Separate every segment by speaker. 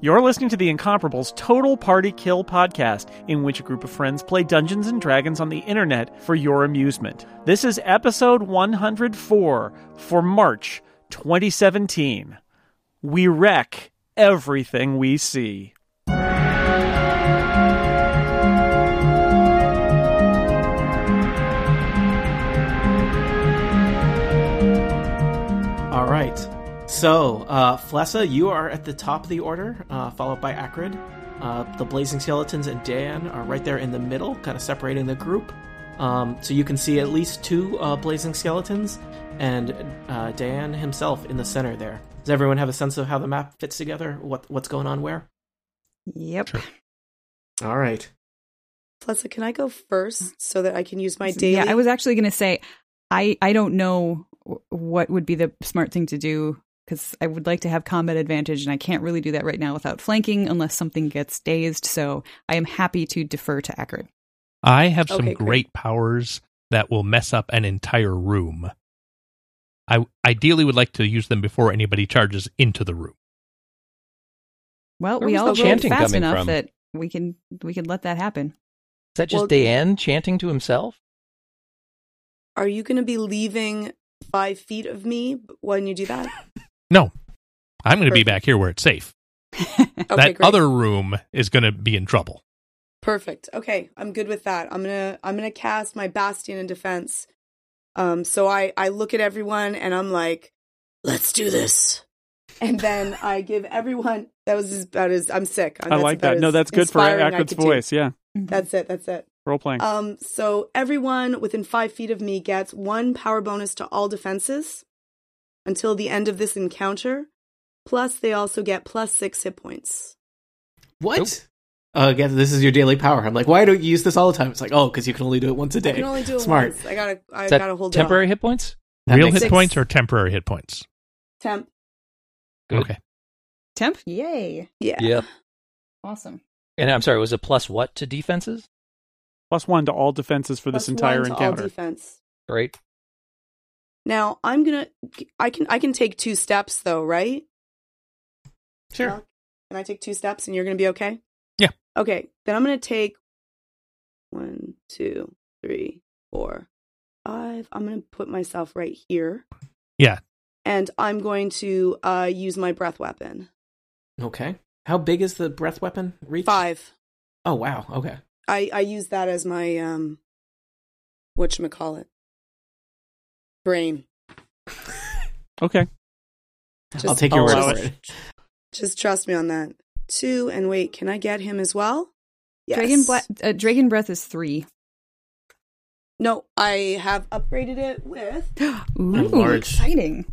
Speaker 1: You're listening to the Incomparables Total Party Kill podcast, in which a group of friends play Dungeons and Dragons on the internet for your amusement. This is episode 104 for March 2017. We wreck everything we see.
Speaker 2: All right. So, uh, Flessa, you are at the top of the order, uh, followed by Acrid. Uh, the Blazing Skeletons and Dan are right there in the middle, kind of separating the group. Um, so you can see at least two uh, Blazing Skeletons and uh, Dan himself in the center there. Does everyone have a sense of how the map fits together? What what's going on where?
Speaker 3: Yep.
Speaker 2: All right.
Speaker 4: Plessa, can I go first so that I can use my
Speaker 3: So,
Speaker 4: daily?
Speaker 3: Yeah, I was actually going to say, I I don't know w- what would be the smart thing to do because I would like to have combat advantage, and I can't really do that right now without flanking unless something gets dazed. So I am happy to defer to Akrid.
Speaker 5: I have some
Speaker 4: Okay,
Speaker 5: great.
Speaker 4: great.
Speaker 5: powers that will mess up an entire room. I ideally would like to use them before anybody charges into the room.
Speaker 3: Well,
Speaker 6: Where
Speaker 3: we
Speaker 6: was
Speaker 3: all
Speaker 6: the
Speaker 3: rolled
Speaker 6: chanting
Speaker 3: fast
Speaker 6: coming
Speaker 3: enough
Speaker 6: from?
Speaker 3: that we can we can let that happen.
Speaker 6: Is that just
Speaker 4: Well-
Speaker 6: Dan chanting to himself?
Speaker 4: Are you going to be leaving five feet of me b- when you do that?
Speaker 5: No, I'm going to be
Speaker 4: Perfect.
Speaker 5: back here where it's safe.
Speaker 4: Okay,
Speaker 5: that
Speaker 4: great.
Speaker 5: other room is going to be in trouble.
Speaker 4: Perfect. Okay, I'm good with that. I'm gonna I'm gonna cast my Bastion in defense. Um, so I I look at everyone and I'm like, let's do this. And then I give everyone that was as about as I'm sick.
Speaker 1: I like that. No, that's good for Akrid's
Speaker 4: Akrid's
Speaker 1: voice. Yeah.
Speaker 3: Mm-hmm.
Speaker 4: That's it. That's it.
Speaker 1: Role playing.
Speaker 4: Um, so everyone within five feet of me gets one power bonus to all defenses until the end of this encounter. Plus, they also get plus six hit points.
Speaker 2: What? Uh, again, this is your daily power. I'm like, why don't you use this all the time? It's like, oh, because you can only do it once a day.
Speaker 4: I can only do it
Speaker 2: Smart.
Speaker 4: once. I gotta, I
Speaker 6: Is that
Speaker 4: gotta hold
Speaker 6: temporary
Speaker 4: it off.
Speaker 6: hit points?
Speaker 2: That
Speaker 5: Real
Speaker 2: makes
Speaker 5: hit
Speaker 4: sense.
Speaker 5: points or temporary hit points?
Speaker 4: temp.
Speaker 6: Good.
Speaker 5: Okay.
Speaker 3: Temp, yay,
Speaker 4: Yeah.
Speaker 6: Yeah.
Speaker 3: awesome.
Speaker 6: And I'm sorry, it was a plus what to defenses?
Speaker 1: Plus one to all defenses for
Speaker 4: Plus
Speaker 1: this entire
Speaker 4: one to all
Speaker 1: encounter.
Speaker 4: defense.
Speaker 6: Great.
Speaker 4: Now I'm gonna, I can, I can take two steps though, right? Well, Can I take two steps and you're going to be okay?
Speaker 5: Yeah.
Speaker 4: Okay. Then I'm going to take one, two, three, four, five. I'm going to put myself right here.
Speaker 5: Yeah.
Speaker 4: And I'm going to uh, use my breath weapon.
Speaker 2: Okay. How big is the breath weapon reach?
Speaker 4: Five.
Speaker 2: Oh, wow. Okay.
Speaker 4: I, I use that as my, um, whatchamacallit, brain.
Speaker 1: Okay.
Speaker 2: I'll take your
Speaker 1: allow
Speaker 2: word for
Speaker 1: it.
Speaker 2: it.
Speaker 4: Just trust me on that. Two, and wait, can I get him as well? Yes.
Speaker 3: Dragon bla- uh, Dragon breath is three.
Speaker 4: No, I have upgraded it with
Speaker 3: Ooh,
Speaker 2: Enlarge.
Speaker 3: exciting!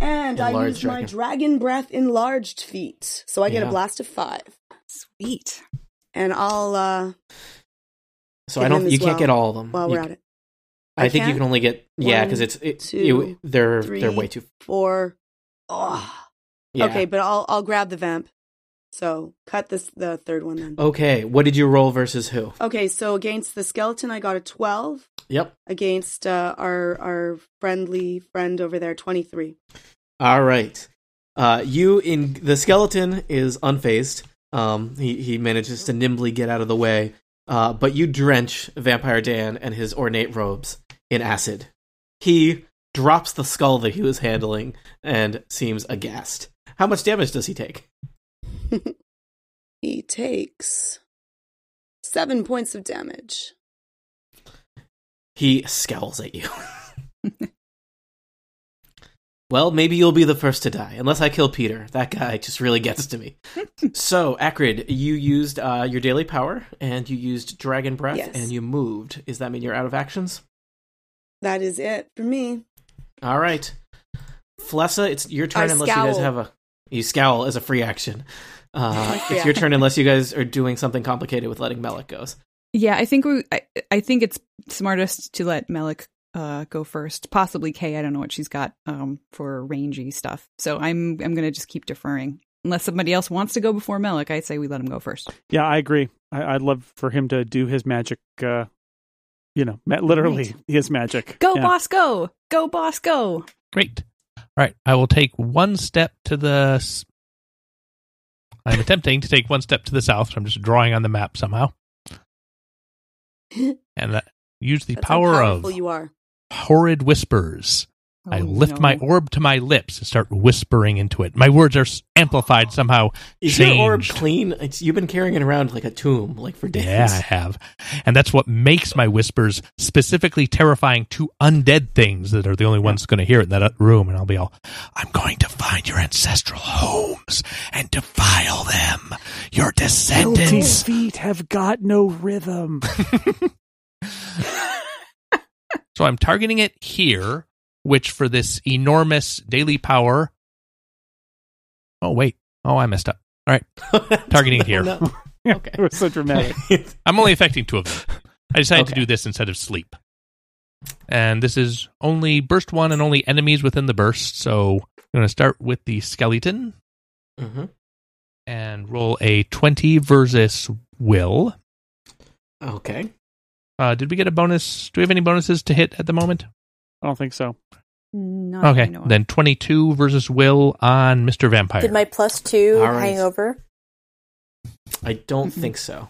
Speaker 4: And I
Speaker 2: Enlarged
Speaker 4: use my
Speaker 2: dragon.
Speaker 4: dragon breath enlarged feat. So I get a
Speaker 2: Yeah.
Speaker 4: blast of five.
Speaker 3: Sweet.
Speaker 4: And I'll uh
Speaker 2: So
Speaker 4: Hit
Speaker 2: I
Speaker 4: him
Speaker 2: don't.
Speaker 4: as
Speaker 2: You can't
Speaker 4: well,
Speaker 2: get all of them.
Speaker 4: while
Speaker 2: You
Speaker 4: we're
Speaker 2: c-
Speaker 4: at it.
Speaker 2: I,
Speaker 4: I
Speaker 2: think you
Speaker 4: can?
Speaker 2: can only get yeah
Speaker 4: One,
Speaker 2: because it's it,
Speaker 4: two,
Speaker 2: you, they're they they're
Speaker 4: three.
Speaker 2: way too
Speaker 4: Four. Oh.
Speaker 2: yeah.
Speaker 4: Okay, but I'll I'll grab the vamp. So cut this the third one then.
Speaker 2: Okay. What did you roll versus who?
Speaker 4: Okay, so against the skeleton I got a twelve.
Speaker 2: Yep.
Speaker 4: Against uh, our our friendly friend over there, twenty three.
Speaker 2: All right. Uh, you in the skeleton is unfazed. Um, he he manages to nimbly get out of the way. Uh, but you drench Vampire Dan and his ornate robes in acid. He drops the skull that he was handling and seems aghast. How much damage does he take?
Speaker 4: He takes seven points of damage.
Speaker 2: He scowls at you. well, maybe you'll be the first to die, unless I kill Peter. That guy just really gets to me. so, Akrid, you used uh, your daily power, and you used Dragon Breath,
Speaker 4: Yes.
Speaker 2: and you moved. Does that mean you're out of actions?
Speaker 4: That is it for me.
Speaker 2: All right. Flessa, it's your turn
Speaker 4: I
Speaker 2: unless you guys
Speaker 4: scowl.
Speaker 2: have a. You scowl as a free action. Uh,
Speaker 4: Yeah.
Speaker 2: It's your turn unless you guys are doing something complicated with letting Melek go.
Speaker 3: Yeah, I think we. I, I think it's smartest to let Melik uh, go first. Possibly Kay. I don't know what she's got um, for rangy stuff. So I'm I'm gonna just keep deferring unless somebody else wants to go before Melik. I say we let him go first.
Speaker 1: Yeah, I agree. I, I'd love for him to do his magic, uh, you know, ma- literally
Speaker 3: Right.
Speaker 1: his magic.
Speaker 3: Go
Speaker 1: Yeah.
Speaker 3: boss, go, go boss, go.
Speaker 5: Great. All right. I will take one step to the. s- I'm attempting to take one step to the south. So I'm just drawing on the map somehow. and uh, use the
Speaker 4: That's
Speaker 5: power
Speaker 4: how
Speaker 5: of
Speaker 4: powerful you are.
Speaker 5: horrid whispers. I
Speaker 3: Oh,
Speaker 5: lift
Speaker 3: no.
Speaker 5: my orb to my lips and start whispering into it. My words are s- amplified somehow.
Speaker 2: Is your orb
Speaker 5: Changed.
Speaker 2: clean? It's, you've been carrying it around like a tomb, like for days.
Speaker 5: Yeah, I have. And that's what makes my whispers specifically terrifying to undead things that are the only ones going to hear it in that uh, room. And I'll be all, I'm going to find your ancestral homes and defile them. Your
Speaker 1: Guilty
Speaker 5: descendants.
Speaker 1: feet have got no rhythm.
Speaker 5: So I'm targeting it here, which for this enormous daily power. Oh, wait. Oh, I messed up. Targeting here.
Speaker 2: No. Okay.
Speaker 1: it was so dramatic.
Speaker 5: I'm only affecting two of them. I decided to
Speaker 2: Okay.
Speaker 5: do this instead of sleep. And this is only burst one and only enemies within the burst. So I'm going to start with the skeleton
Speaker 2: hmm
Speaker 5: and roll a 20 versus will.
Speaker 2: Okay.
Speaker 5: Uh, did we get a bonus? Do we have any bonuses to hit at the moment?
Speaker 1: I don't think so.
Speaker 3: Not that I
Speaker 5: Okay.
Speaker 3: Uh, know of.
Speaker 5: Then 22 versus will on Mr. Vampire.
Speaker 7: Did my plus two
Speaker 2: All right.
Speaker 7: hang over?
Speaker 2: I don't
Speaker 4: Mm-hmm.
Speaker 3: Mhm.
Speaker 2: think so.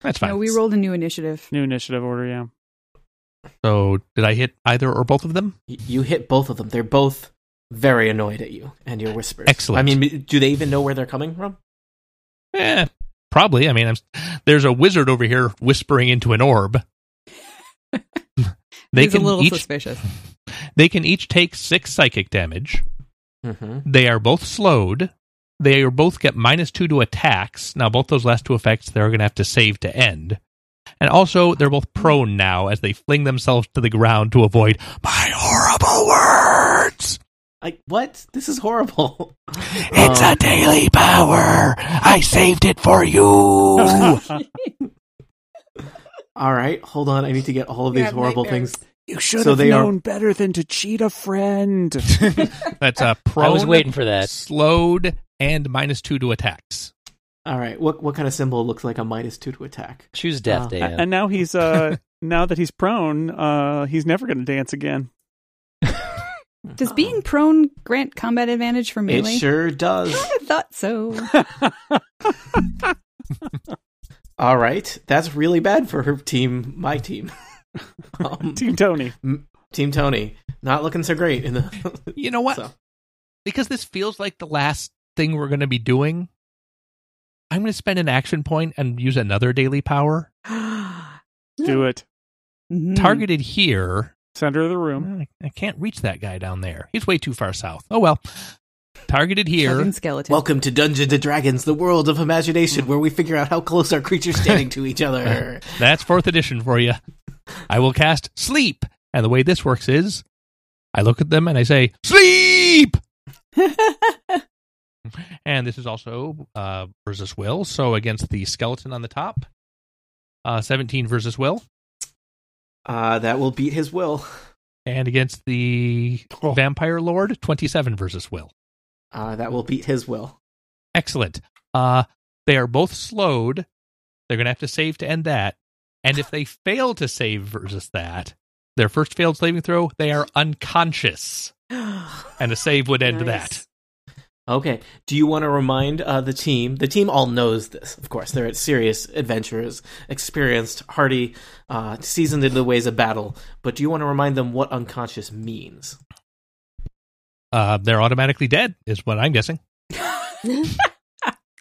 Speaker 5: That's fine.
Speaker 3: No, we rolled a new initiative.
Speaker 1: New initiative order, yeah.
Speaker 5: So did I hit either or both of them?
Speaker 2: Y- You hit both of them. They're both very annoyed at you and your whispers.
Speaker 5: Excellent.
Speaker 2: I mean, do they even know where they're coming from?
Speaker 5: Eh, probably. I mean, I'm, there's a wizard over here whispering into an orb. they
Speaker 3: He's a
Speaker 5: can
Speaker 3: little
Speaker 5: each
Speaker 3: suspicious.
Speaker 5: They can each take six psychic damage.
Speaker 2: Mm-hmm.
Speaker 5: They are both slowed. They are both get minus two to attacks. Now, both those last two effects, they're going to have to save to end. And also, they're both prone now as they fling themselves to the ground to avoid my horrible words.
Speaker 2: Like what? This is horrible. Um,
Speaker 5: It's
Speaker 3: Oh.
Speaker 5: a daily power. I saved it for you.
Speaker 2: all right. Hold on. I need to get all of
Speaker 4: You
Speaker 2: these
Speaker 4: have
Speaker 2: horrible
Speaker 4: nightmares.
Speaker 2: things.
Speaker 1: You should
Speaker 2: So
Speaker 1: have
Speaker 2: they are-
Speaker 1: known better than to cheat a friend.
Speaker 5: That's a prone.
Speaker 6: I was waiting for that.
Speaker 5: Slowed and minus two to attacks.
Speaker 2: All right. What what kind of symbol looks like a minus two to attack?
Speaker 6: Choose death,
Speaker 2: Uh,
Speaker 6: Dan.
Speaker 1: And now he's uh now that he's prone, uh he's never going to dance again.
Speaker 3: Does being prone grant combat advantage for melee?
Speaker 2: It sure does.
Speaker 3: I thought so.
Speaker 2: all right. That's really bad for her team. My team. um,
Speaker 1: Team Tony.
Speaker 2: Team Tony not looking so great in the.
Speaker 5: You know what?
Speaker 2: So,
Speaker 5: because this feels like the last thing we're going to be doing, I'm going to spend an action point and use another daily power
Speaker 3: Mm-hmm.
Speaker 1: Do it.
Speaker 3: Mhm.
Speaker 5: targeted here.
Speaker 1: Center of the room.
Speaker 5: I I can't reach that guy down there. He's way too far south. Oh well. Targeted here.
Speaker 3: Fucking skeleton.
Speaker 2: welcome to Hmm. Dungeons and Dragons, the world of imagination, where we figure out how close our creatures standing to each other.
Speaker 5: That's fourth edition for you. I will cast sleep. And the way this works is I look at them and I say, "Sleep." And this is also uh, versus will. So against the skeleton on the top, uh, 17 versus will.
Speaker 2: Uh, that will beat his will.
Speaker 5: And against the Vampire Lord, 27 versus Will.
Speaker 2: Uh, that will beat his will.
Speaker 5: Excellent. Uh, they are both slowed. They're going to have to save to end that. And if they fail to save versus that, their first failed saving throw, they are unconscious. And a save would end
Speaker 4: Nice.
Speaker 2: Okay. Do you want to remind uh, the team? The team all knows this, of course. They're serious adventurers, experienced, hardy, uh, seasoned in the ways of battle. But do you want to remind them what unconscious means?
Speaker 5: that. Uh, they're automatically dead, is what I'm guessing.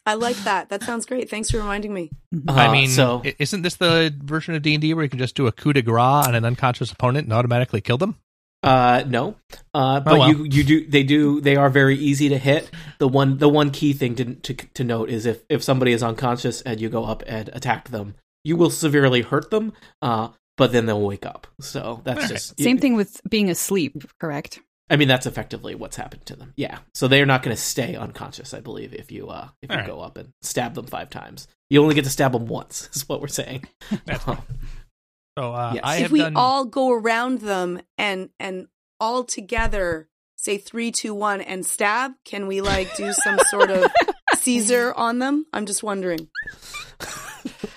Speaker 4: I like that. That sounds great. Thanks for reminding me.
Speaker 5: I
Speaker 2: Uh,
Speaker 5: mean,
Speaker 2: so
Speaker 5: i- isn't this the version of D&D where you can just do a coup de grace on an unconscious opponent and automatically kill them?
Speaker 2: Uh, no. Uh, but
Speaker 5: Oh, well.
Speaker 2: you you do they do they are very easy to hit. The one the one key thing to to, to note is if if somebody is unconscious and you go up and attack them, you will severely hurt them. Uh, but then they'll wake up. So that's
Speaker 5: Alright.
Speaker 2: just
Speaker 3: Same thing with being asleep, correct?
Speaker 2: I mean, that's effectively what's happened to them. Yeah. So they're not going to stay unconscious, I believe, if you uh if you
Speaker 5: Alright.
Speaker 2: go up and stab them five times. You only get to stab them once, is what we're saying.
Speaker 5: That's fine. So uh,
Speaker 2: Yes.
Speaker 5: I
Speaker 4: if
Speaker 5: have
Speaker 4: we
Speaker 5: done...
Speaker 4: all go around them and and all together say three, two, one, and stab, can we like do some sort of Caesar on them? I'm just wondering.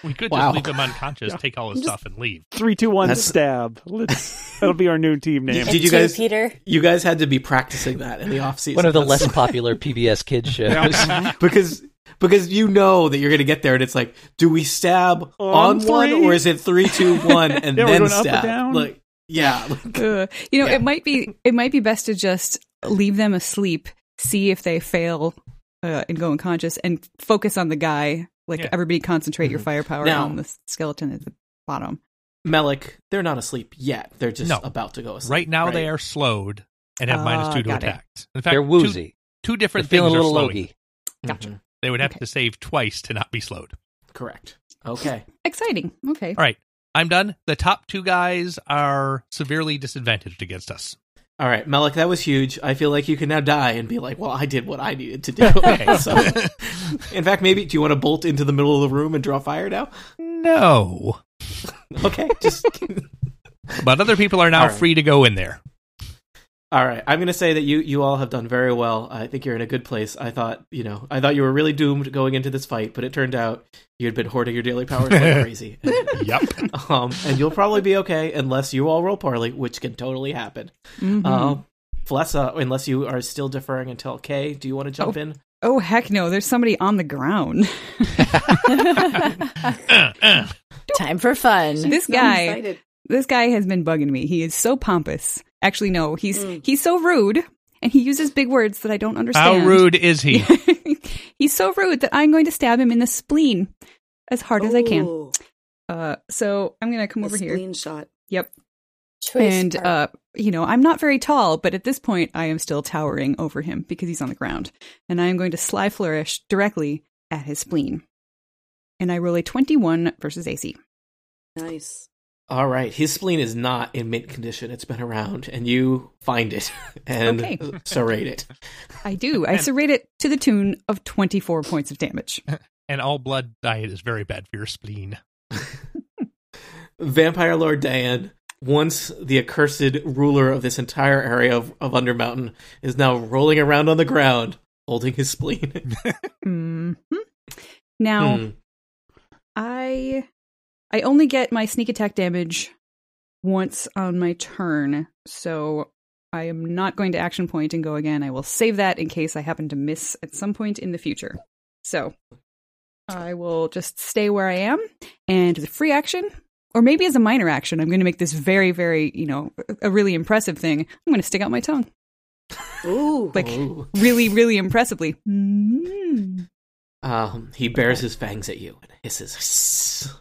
Speaker 5: We could
Speaker 2: Wow.
Speaker 5: just leave him unconscious, take all his
Speaker 4: I'm just-
Speaker 5: stuff, and leave.
Speaker 1: Three, two, one,
Speaker 2: That's-
Speaker 1: stab. Let's, that'll be our new team name.
Speaker 2: Did you
Speaker 7: Two,
Speaker 2: guys-
Speaker 7: Peter?
Speaker 2: you guys had to be practicing that in the off season.
Speaker 6: One of the less popular PBS kids shows.
Speaker 2: because because you know that you're going to get there, and it's like, do we stab
Speaker 1: On
Speaker 2: on, one,
Speaker 1: three?
Speaker 2: or is it three, two, one, and
Speaker 1: Yeah, we're
Speaker 2: then
Speaker 1: going up or
Speaker 2: stab?
Speaker 1: down?
Speaker 2: Like, yeah, like,
Speaker 3: Ugh. you know,
Speaker 2: Yeah.
Speaker 3: it might be it might be best to just leave them asleep, see if they fail uh, and go unconscious, and focus on the guy. Like
Speaker 5: Yeah. Mm-hmm.
Speaker 3: everybody, concentrate your firepower
Speaker 2: Now-
Speaker 3: on the s- skeleton at the bottom.
Speaker 2: Melik, they're not asleep yet. They're just
Speaker 5: No.
Speaker 2: about to go asleep.
Speaker 5: Right now, they
Speaker 2: right?
Speaker 5: are slowed and have minus
Speaker 3: Ah,
Speaker 5: two to
Speaker 3: got it.
Speaker 5: attack. In fact,
Speaker 6: They're
Speaker 5: Two,
Speaker 6: woozy.
Speaker 5: two
Speaker 6: They're
Speaker 5: different things
Speaker 6: feeling a little
Speaker 5: are slowing.
Speaker 6: logy.
Speaker 3: Gotcha.
Speaker 2: Mhm.
Speaker 5: They would have
Speaker 3: Okay.
Speaker 5: to save twice to not be slowed.
Speaker 2: Correct. Okay.
Speaker 3: Exciting. Okay.
Speaker 5: All right, I'm done. The top two guys are severely disadvantaged against us.
Speaker 2: All right, Melik, that was huge. I feel like you can now die and be like, well, I did what I needed to do.
Speaker 5: Okay.
Speaker 2: so, in fact, maybe, do you want to bolt into the middle of the room and draw fire now?
Speaker 5: No,
Speaker 2: Okay. Just.
Speaker 5: but other people are now
Speaker 2: All right.
Speaker 5: free to go in there.
Speaker 2: All right, I'm going to say that you you all have done very well. I think you're in a good place. I thought, you know, I thought you were really doomed going into this fight, but it turned out you had been hoarding your daily powers like crazy.
Speaker 5: Yep.
Speaker 2: um, and you'll probably be okay unless you all roll poorly, which can totally happen.
Speaker 3: Mhm.
Speaker 2: Um, Flessa, unless you are still deferring until K, do you want to jump in?
Speaker 3: oh heck no! There's somebody on the ground.
Speaker 7: Time for fun.
Speaker 3: this
Speaker 4: No, I'm
Speaker 3: guy.
Speaker 4: excited.
Speaker 3: this guy has been bugging me. He is so pompous. Actually, no, he's
Speaker 4: Mm.
Speaker 3: he's so rude, and he uses big words that I don't
Speaker 5: How
Speaker 3: understand.
Speaker 5: rude is he?
Speaker 3: he's so rude that I'm going to stab him in the spleen as hard as I can.
Speaker 4: Ooh,
Speaker 3: Uh, so I'm going to come
Speaker 4: a
Speaker 3: over here.
Speaker 4: spleen shot.
Speaker 3: Yep,
Speaker 7: Choice
Speaker 3: and
Speaker 7: art.
Speaker 3: uh, you know I'm not very tall, but at this point I am still towering over him because he's on the ground, and I am going to sly flourish directly at his spleen. And I roll a 21 versus AC.
Speaker 4: Nice.
Speaker 2: All right, his spleen is not in mint condition. It's been around, and you find it and
Speaker 3: Okay.
Speaker 2: serrate it.
Speaker 3: I do. I serrate it to the tune of 24 points of damage.
Speaker 5: and all blood diet is very bad for your spleen.
Speaker 2: Vampire Lord Diane, once the accursed ruler of this entire area of, of Undermountain, is now rolling around on the ground, holding his spleen.
Speaker 3: hmm Now
Speaker 2: Hmm.
Speaker 3: I I only get my sneak attack damage once on my turn, so I am not going to action point and go again. I will save that in case I happen to miss at some point in the future. So I will just stay where I am, and as a free action, or maybe as a minor action, I'm going to make this very, very, you know, a really impressive thing. I'm going to stick out my tongue
Speaker 4: Ooh.
Speaker 3: like
Speaker 2: Ooh.
Speaker 3: really, really impressively. Mm.
Speaker 2: Um, he bares his fangs at you and hisses.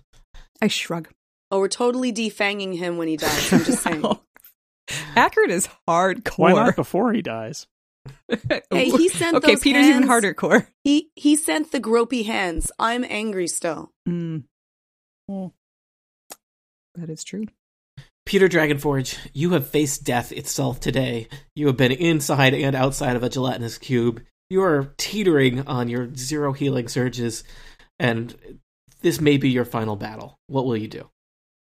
Speaker 3: I shrug.
Speaker 4: Oh, we're totally defanging him when he dies. I'm just saying.
Speaker 3: Wow. Accurate is hardcore.
Speaker 1: Why not before he dies?
Speaker 4: Hey, he sent
Speaker 3: okay,
Speaker 4: those
Speaker 3: Peter's even
Speaker 4: hands-
Speaker 3: harder core.
Speaker 4: He he sent the gropey hands. I'm angry still.
Speaker 3: Mm. That is true.
Speaker 2: Peter Dragonforge, you have faced death itself today. You have been inside and outside of a gelatinous cube. You are teetering on your zero healing surges, and this may be your final battle. What will you do?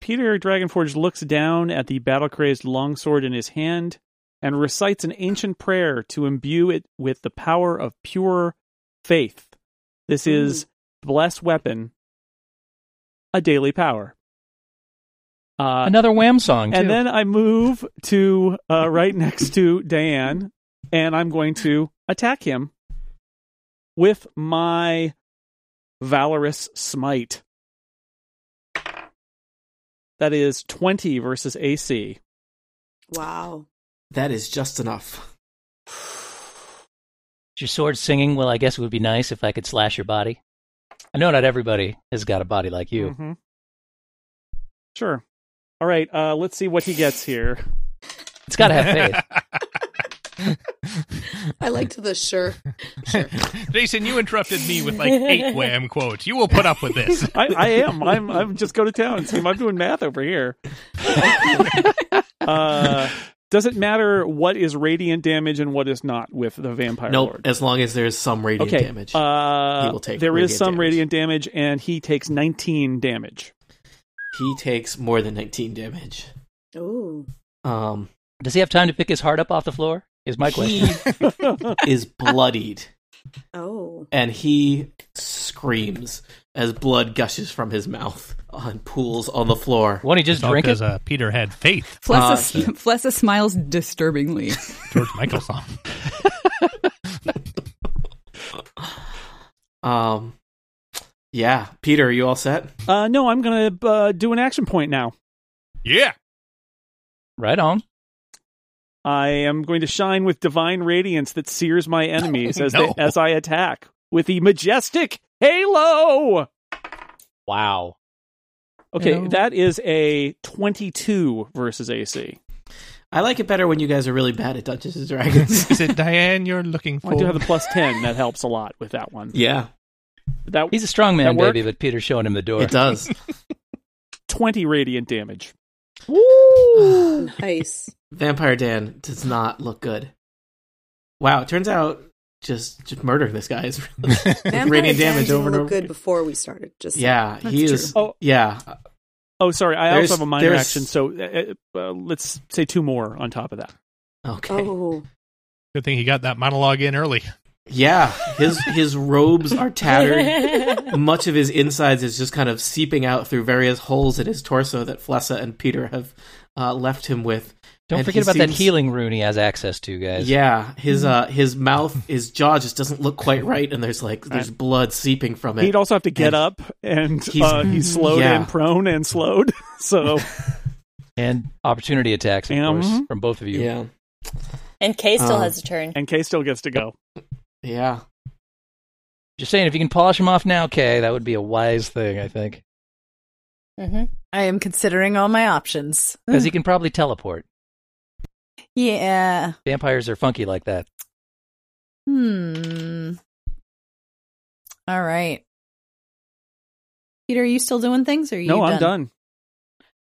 Speaker 1: Peter Dragonforge looks down at the battle crazed longsword in his hand and recites an ancient prayer to imbue it with the power of pure faith. This is bless weapon, a daily power. Uh,
Speaker 6: Another wham song. Too.
Speaker 1: and then I move to uh, right next to Diane, and I'm going to attack him with my valorous smite. That is 20 versus AC.
Speaker 4: Wow.
Speaker 2: That is just enough.
Speaker 6: Is your sword singing. Well, I guess it would be nice if I could slash your body. I know not everybody has got a body like you.
Speaker 1: Mhm. Sure. All right, uh, let's see what he gets here.
Speaker 6: It's got to have faith.
Speaker 4: I liked the sure.
Speaker 5: Jason, you interrupted me with like eight wham quotes. You will put up with this.
Speaker 1: I, I am. I'm. I'm just go to town. See, I'm doing math over here. uh, does it matter what is radiant damage and what is not with the vampire
Speaker 2: nope.
Speaker 1: lord?
Speaker 2: As long as there's some radiant
Speaker 1: okay.
Speaker 2: damage.
Speaker 1: Uh,
Speaker 2: He will take
Speaker 1: there is
Speaker 2: radiant
Speaker 1: some
Speaker 2: damage.
Speaker 1: radiant damage, and he takes 19 damage.
Speaker 2: he takes more than 19 damage.
Speaker 4: Ooh.
Speaker 2: Um,
Speaker 6: Does he have time to pick his heart up off the floor? Is my question.
Speaker 2: is bloodied,
Speaker 4: Oh.
Speaker 2: and he screams as blood gushes from his mouth and pools on the floor.
Speaker 6: Won't he just drink
Speaker 5: because
Speaker 6: it?
Speaker 5: uh, Peter had faith.
Speaker 2: Ah,
Speaker 3: Flessa,
Speaker 2: shit.
Speaker 3: Flessa smiles disturbingly.
Speaker 5: George Michael song.
Speaker 2: Um, yeah, Peter, are you all set?
Speaker 1: Uh, no, I'm going to uh, do an action point now.
Speaker 5: Yeah.
Speaker 6: Right on.
Speaker 1: I am going to shine with divine radiance that sears my enemies as
Speaker 5: No.
Speaker 1: they, as I attack with the majestic halo.
Speaker 6: Wow.
Speaker 1: Okay,
Speaker 6: Halo.
Speaker 1: that is a 22 versus AC.
Speaker 2: I like it better when you guys are really bad at Dungeons and Dragons.
Speaker 5: Is it Diane you're looking for?
Speaker 1: I do have the plus 10. That helps a lot with that one.
Speaker 2: yeah,
Speaker 1: That
Speaker 6: He's a strong
Speaker 1: That
Speaker 6: man,
Speaker 1: work?
Speaker 6: baby, but Peter's showing him the door.
Speaker 2: it does.
Speaker 1: 20 radiant damage.
Speaker 4: Nice.
Speaker 2: Vampire Dan does not look good. Wow, it turns out just just murdering this guy is really
Speaker 7: Vampire
Speaker 2: radiant
Speaker 7: Dan
Speaker 2: damage
Speaker 4: didn't
Speaker 2: over and
Speaker 4: look
Speaker 2: over.
Speaker 4: good before we started. Just
Speaker 2: Yeah,
Speaker 3: That's
Speaker 2: he
Speaker 3: true.
Speaker 2: is.
Speaker 1: Oh.
Speaker 2: Yeah,
Speaker 1: Oh, sorry. I
Speaker 2: There's-
Speaker 1: also have a minor
Speaker 2: there's-
Speaker 1: action, so uh, uh, let's say two more on top of that.
Speaker 2: okay.
Speaker 4: Oh,
Speaker 5: Good thing he got that monologue in early.
Speaker 2: Yeah, his his robes are tattered. Much of his insides is just kind of seeping out through various holes in his torso that Flessa and Peter have uh, left him with.
Speaker 6: Don't
Speaker 2: And
Speaker 6: forget
Speaker 2: he
Speaker 6: about that
Speaker 2: seems-
Speaker 6: healing rune he has access to, guys.
Speaker 2: Yeah,
Speaker 1: Hmm.
Speaker 2: his uh, his mouth, his jaw just doesn't look quite right, and there's like there's
Speaker 1: Right.
Speaker 2: blood seeping from it.
Speaker 1: He'd also have to get
Speaker 2: And-
Speaker 1: up, and
Speaker 2: He's-
Speaker 1: uh, he's
Speaker 7: Mm-hmm.
Speaker 1: slowed
Speaker 2: Yeah.
Speaker 1: and prone and slowed. So
Speaker 6: And opportunity attacks, of
Speaker 1: Yeah,
Speaker 6: course,
Speaker 2: mm-hmm.
Speaker 1: mhm.
Speaker 6: from both of you.
Speaker 2: yeah,
Speaker 7: and Kay still
Speaker 1: uh,
Speaker 2: Um,
Speaker 7: has a turn.
Speaker 1: and Kay still gets to go.
Speaker 2: yeah.
Speaker 6: Just saying, if you can polish him off now, Kay, that would be a wise thing, I think.
Speaker 7: hmm I am considering all my options.
Speaker 2: Hmm.
Speaker 6: Because he can probably teleport.
Speaker 7: Yeah.
Speaker 6: Vampires are funky like that.
Speaker 7: Hmm. All right. Peter, are you still doing things or are you
Speaker 1: No,
Speaker 7: done?
Speaker 1: I'm done.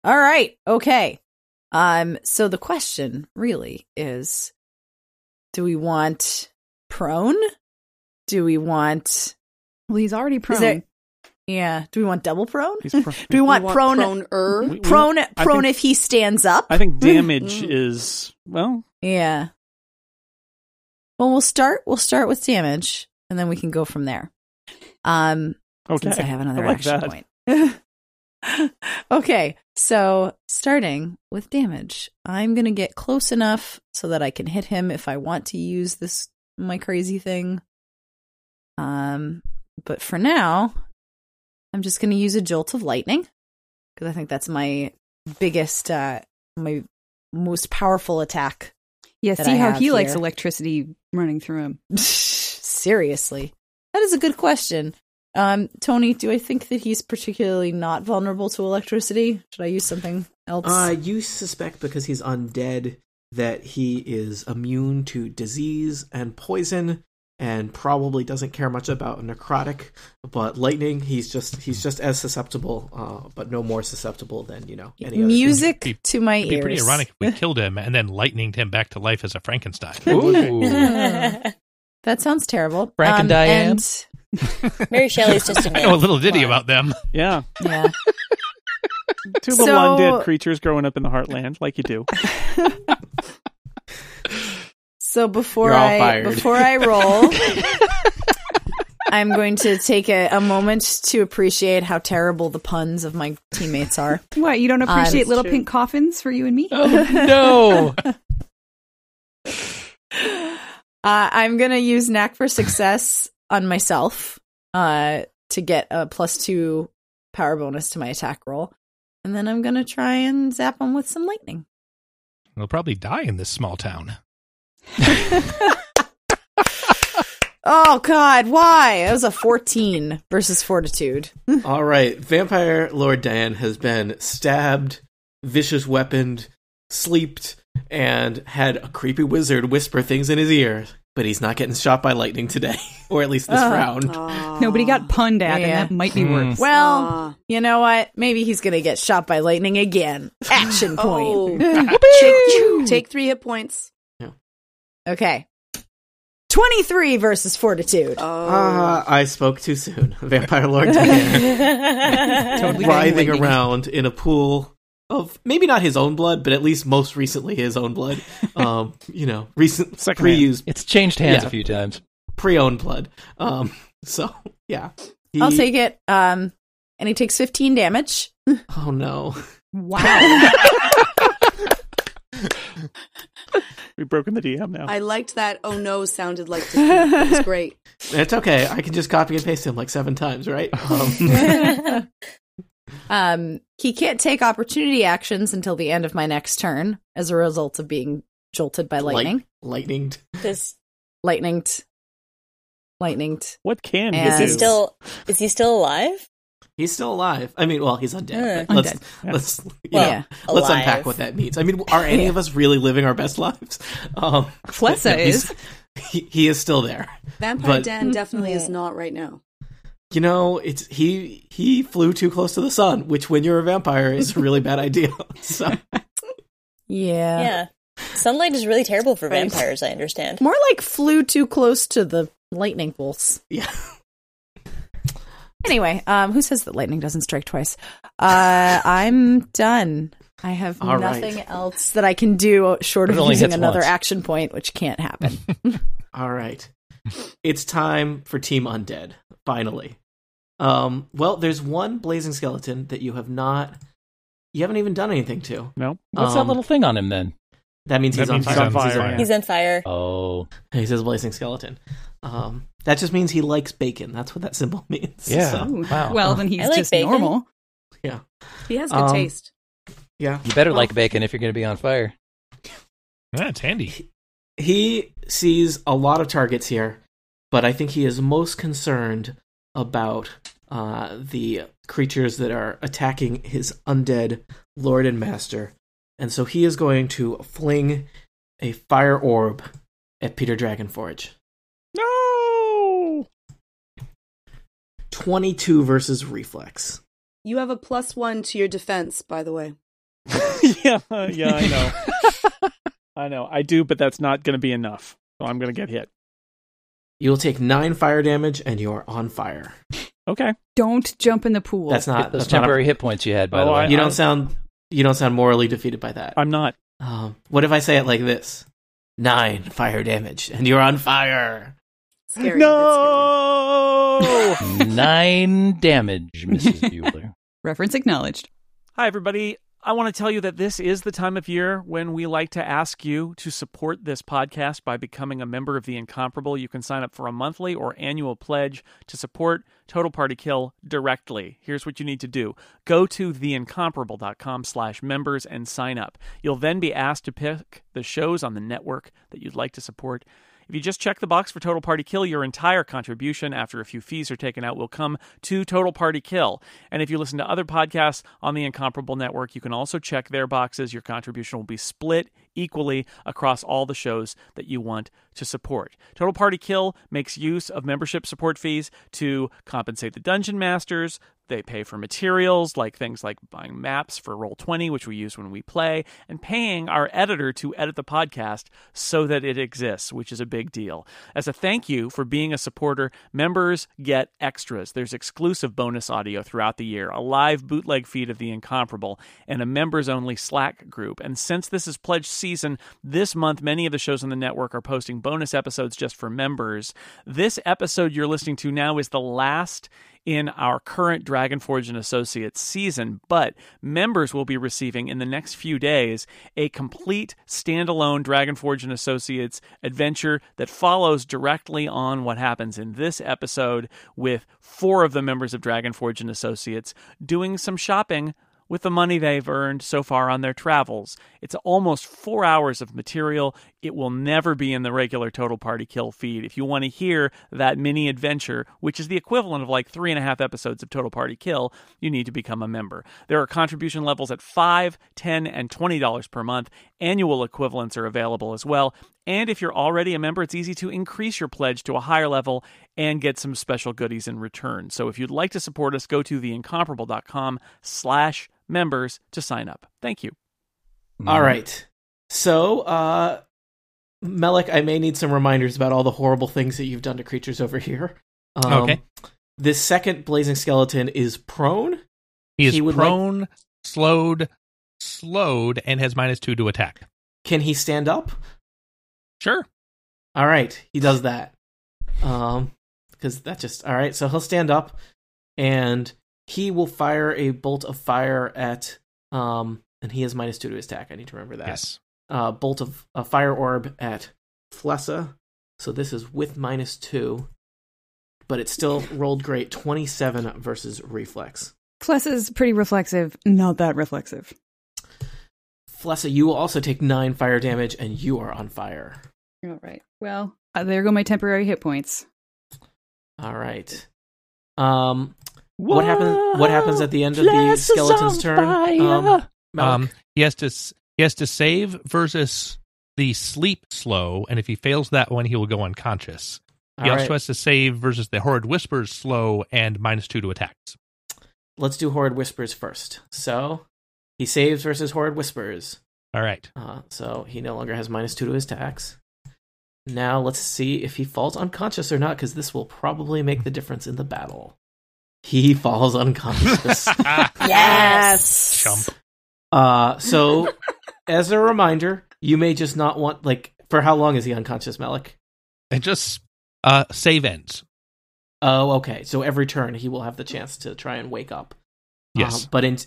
Speaker 7: All right. Okay. Um so the question really is do we want prone? Do we want
Speaker 3: Well, he's already prone.
Speaker 7: there- yeah, do we want double prone?
Speaker 1: He's
Speaker 7: do
Speaker 1: prone.
Speaker 7: we want, prone
Speaker 1: We-
Speaker 4: er?
Speaker 1: we-
Speaker 7: prone
Speaker 1: I
Speaker 7: prone
Speaker 1: think-
Speaker 7: if he stands up?
Speaker 1: I think damage
Speaker 4: Mm.
Speaker 1: is well.
Speaker 7: Yeah. Well, we'll start we'll start with damage and then we can go from there. Um
Speaker 1: Okay,
Speaker 7: since I have another
Speaker 1: I like
Speaker 7: action
Speaker 1: that.
Speaker 7: point. okay, so starting with damage, I'm gonna get close enough so that I can hit him if I want to use this my crazy thing. Um, but for now, I'm just gonna use a jolt of lightning because I think that's my biggest, uh, my most powerful attack.
Speaker 3: yeah,
Speaker 7: that
Speaker 3: see
Speaker 7: I
Speaker 3: how
Speaker 7: have
Speaker 3: he likes
Speaker 7: here.
Speaker 3: electricity running through him.
Speaker 7: Seriously, that is a good question. Um, Tony, do I think that he's particularly not vulnerable to electricity? Should I use something else?
Speaker 2: Uh, you suspect because he's undead that he is immune to disease and poison, and probably doesn't care much about necrotic. But lightning, he's just he's just as susceptible, uh, but no more susceptible than you know any other.
Speaker 7: Music
Speaker 5: It'd be-
Speaker 7: to my
Speaker 5: It'd be
Speaker 7: ears.
Speaker 5: pretty ironic if we killed him and then lightninged him back to life as a Frankenstein.
Speaker 6: Ooh.
Speaker 7: that sounds terrible. Um,
Speaker 6: Frank and Diane.
Speaker 7: and-
Speaker 8: Mary Shelley's just a
Speaker 5: I know a
Speaker 8: name.
Speaker 5: little ditty about them.
Speaker 1: Yeah,
Speaker 7: yeah.
Speaker 1: two little
Speaker 7: So-
Speaker 1: undead creatures growing up in the heartland, like you do.
Speaker 7: So before
Speaker 2: You're all
Speaker 7: I
Speaker 2: fired.
Speaker 7: before I roll, I'm going to take a, a moment to appreciate how terrible the puns of my teammates are.
Speaker 3: What, you don't
Speaker 7: Um,
Speaker 3: appreciate
Speaker 7: it's
Speaker 3: little
Speaker 4: true.
Speaker 3: pink coffins for you and me?
Speaker 6: Oh. no.
Speaker 7: uh, I'm gonna use knack for success on myself uh, to get a plus two power bonus to my attack roll, and then I'm gonna try and zap him with some lightning.
Speaker 5: They'll probably die in this small town.
Speaker 7: Oh God, why? That was a 14 versus fortitude.
Speaker 2: All right, vampire Lord Diane has been stabbed, vicious weaponed, sleeped, and had a creepy wizard whisper things in his ear. But he's not getting shot by lightning today, or at least this
Speaker 7: Oh.
Speaker 2: round.
Speaker 3: Nobody got punned at, and
Speaker 7: Yeah.
Speaker 3: that might be
Speaker 5: Hmm.
Speaker 3: worse.
Speaker 7: Well,
Speaker 4: Ah.
Speaker 7: you know what? Maybe he's gonna get shot by lightning again. Action point.
Speaker 4: Oh. Take- Take three hit points.
Speaker 7: Okay. 23 versus fortitude.
Speaker 4: Oh,
Speaker 2: Ah, I spoke too soon. Vampire Lord Diane
Speaker 3: Totally
Speaker 2: writhing
Speaker 3: lightning.
Speaker 2: around in a pool of maybe not his own blood, but at least most recently his own blood. Um, you know, recent
Speaker 1: Second
Speaker 2: pre-used,
Speaker 6: It's changed hands
Speaker 2: Yeah.
Speaker 6: a few times.
Speaker 2: pre-owned blood. Um, so yeah, He-
Speaker 7: I'll take it. Um, and he takes 15 damage.
Speaker 2: Oh no.
Speaker 3: Wow.
Speaker 1: We've broken the DM now.
Speaker 4: I liked that oh no sounded like defeat. It was great.
Speaker 2: It's okay. I can just copy and paste him like seven times, right? Um,
Speaker 7: um, he can't take opportunity actions until the end of my next turn as a result of being jolted by
Speaker 2: light-
Speaker 7: lightning.
Speaker 2: lightning.
Speaker 8: Does
Speaker 7: Lightninged. Lightninged.
Speaker 1: What can
Speaker 7: Is
Speaker 1: he
Speaker 8: is he
Speaker 1: do?
Speaker 7: And-
Speaker 8: still is he still alive?
Speaker 2: He's still alive. I mean, well, he's undead.
Speaker 8: Yeah.
Speaker 2: but let's
Speaker 7: Undead.
Speaker 2: let's you
Speaker 8: Well,
Speaker 2: know,
Speaker 7: yeah.
Speaker 2: let's
Speaker 8: alive.
Speaker 2: unpack what that means. I mean, are any of us really living our best lives? Um,
Speaker 3: Flessa
Speaker 2: he's-
Speaker 3: is.
Speaker 2: He, he is still there.
Speaker 4: Vampire
Speaker 2: But-
Speaker 4: Dan definitely is
Speaker 8: Yeah.
Speaker 4: not right now.
Speaker 2: You know, it's he he flew too close to the sun, which when you're a vampire is a really bad idea. So
Speaker 7: Yeah.
Speaker 8: yeah. Sunlight is really terrible for
Speaker 4: Right.
Speaker 8: vampires, I understand.
Speaker 7: More like flew too close to the lightning bolts.
Speaker 2: yeah,
Speaker 7: Anyway, um, who says that lightning doesn't strike twice? Uh, I'm done. I have
Speaker 2: All right.
Speaker 7: nothing else that I can do short of
Speaker 6: It only
Speaker 7: using
Speaker 6: hits
Speaker 7: another
Speaker 6: once.
Speaker 7: action point, which can't happen.
Speaker 2: all right. It's time for Team Undead. Finally. Um, well, there's one blazing skeleton that you have not you haven't even done anything to.
Speaker 1: No.
Speaker 6: What's
Speaker 2: Um,
Speaker 6: that little thing on him then?
Speaker 2: That means
Speaker 1: That
Speaker 2: he's on
Speaker 1: means he's
Speaker 2: fire.
Speaker 1: on fire, yeah.
Speaker 8: He's on fire.
Speaker 6: Oh,
Speaker 2: He says blazing skeleton. Um, that just means he likes bacon. That's what that symbol means.
Speaker 6: Yeah.
Speaker 2: So,
Speaker 3: Ooh,
Speaker 6: wow.
Speaker 3: Well, then he's
Speaker 8: I like
Speaker 3: just
Speaker 8: bacon.
Speaker 3: normal.
Speaker 2: yeah.
Speaker 4: He has good
Speaker 2: Um,
Speaker 4: taste.
Speaker 2: Yeah.
Speaker 6: you better like bacon if you're going to be on fire.
Speaker 5: That's handy.
Speaker 2: He sees a lot of targets here, but I think he is most concerned about uh, the creatures that are attacking his undead lord and master. And so he is going to fling a fire orb at Peter Dragonforge.
Speaker 1: No.
Speaker 2: 22 versus reflex.
Speaker 4: You have a plus one to your defense, by the way.
Speaker 1: yeah, uh, yeah, I know. I know. I do, but that's not going to be enough. So I'm going to get hit.
Speaker 2: You'll take 9 fire damage and you are on fire.
Speaker 1: Okay.
Speaker 3: Don't jump in the pool.
Speaker 2: That's not
Speaker 6: Get those
Speaker 2: that's not a-
Speaker 6: temporary hit points you had, by the
Speaker 1: Oh,
Speaker 6: way.
Speaker 1: I-
Speaker 2: you don't sound you don't sound morally defeated by that.
Speaker 1: I'm not.
Speaker 2: Um, what if I say it like this? Nine fire damage, and you're on fire.
Speaker 4: Scary.
Speaker 1: no.
Speaker 6: Nine damage, Mrs. Bueller.
Speaker 3: Reference acknowledged.
Speaker 1: Hi, everybody. I want to tell you that this is the time of year when we like to ask you to support this podcast by becoming a member of The Incomparable. You can sign up for a monthly or annual pledge to support Total Party Kill directly. Here's what you need to do. Go to theincomparable.com slash members and sign up. You'll then be asked to pick the shows on the network that you'd like to support. If you just check the box for Total Party Kill, your entire contribution after a few fees are taken out will come to Total Party Kill. And if you listen to other podcasts on the Incomparable Network, you can also check their boxes. Your contribution will be split equally across all the shows that you want to support. Total Party Kill makes use of membership support fees to compensate the dungeon masters, they pay for materials like things like buying maps for Roll20, which we use when we play, and paying our editor to edit the podcast so that it exists, which is a big deal. As a thank you for being a supporter, members get extras. There's exclusive bonus audio throughout the year, a live bootleg feed of The Incomparable, and a members only Slack group. And since this is pledge season, this month many of the shows on the network are posting bonus episodes just for members. This episode you're listening to now is the last in our current Dragonforge and Associates season, but members will be receiving in the next few days a complete standalone Dragonforge and Associates adventure that follows directly on what happens in this episode with four of the members of Dragonforge and Associates doing some shopping with the money they've earned so far on their travels. It's almost four hours of material. It will never be in the regular Total Party Kill feed. If you want to hear that mini adventure, which is the equivalent of like three and a half episodes of Total Party Kill, you need to become a member. There are contribution levels at five, ten, and twenty dollars per month. Annual equivalents are available as well. And if you're already a member, it's easy to increase your pledge to a higher level and get some special goodies in return. So if you'd like to support us, go to theincomparable.com slash members to sign up. Thank you.
Speaker 6: Mm-hmm. Mm.
Speaker 2: All right. So, uh, Melek, I may need some reminders about all the horrible things that you've done to creatures over here. Um,
Speaker 5: Okay.
Speaker 2: This second blazing skeleton is prone.
Speaker 5: He is
Speaker 2: He would like-
Speaker 5: prone, slowed, slowed, and has minus two to attack.
Speaker 2: Can he stand up?
Speaker 5: Sure.
Speaker 2: All right, he does that. Um, because that just all right. So he'll stand up, and he will fire a bolt of fire at um, and he has minus two to his attack. I need to remember that.
Speaker 5: Yes.
Speaker 2: uh, bolt of a fire orb at Flessa. So this is with minus two, but it still rolled great. Twenty seven versus reflex.
Speaker 3: Plus is pretty reflexive, not that reflexive.
Speaker 2: Flessa, you will also take nine fire damage, and you are on fire.
Speaker 3: All right. Well, uh, there go my temporary hit points.
Speaker 2: All right. Um, what happens? What happens at the end of the
Speaker 6: Bless us
Speaker 2: skeleton's
Speaker 6: on
Speaker 2: turn? Um,
Speaker 6: fire.
Speaker 2: Malik?
Speaker 5: Um, he has to s- he has to save versus the sleep slow, and if he fails that one, he will go unconscious. He
Speaker 2: All
Speaker 5: also
Speaker 2: right.
Speaker 5: has to save versus the horrid whispers slow and minus two to attacks.
Speaker 2: Let's do horrid whispers first. So he saves versus horrid whispers.
Speaker 5: All right.
Speaker 2: Uh, so he no longer has minus two to his attacks. Now let's see if he falls unconscious or not, because this will probably make the difference in the battle. He falls unconscious.
Speaker 8: Yes.
Speaker 5: Chump.
Speaker 2: uh, so, as a reminder, you may just not want like for how long is he unconscious, Malik?
Speaker 5: And just uh, save ends.
Speaker 2: Oh, okay. So every turn he will have the chance to try and wake up.
Speaker 5: Yes.
Speaker 2: Uh, but in,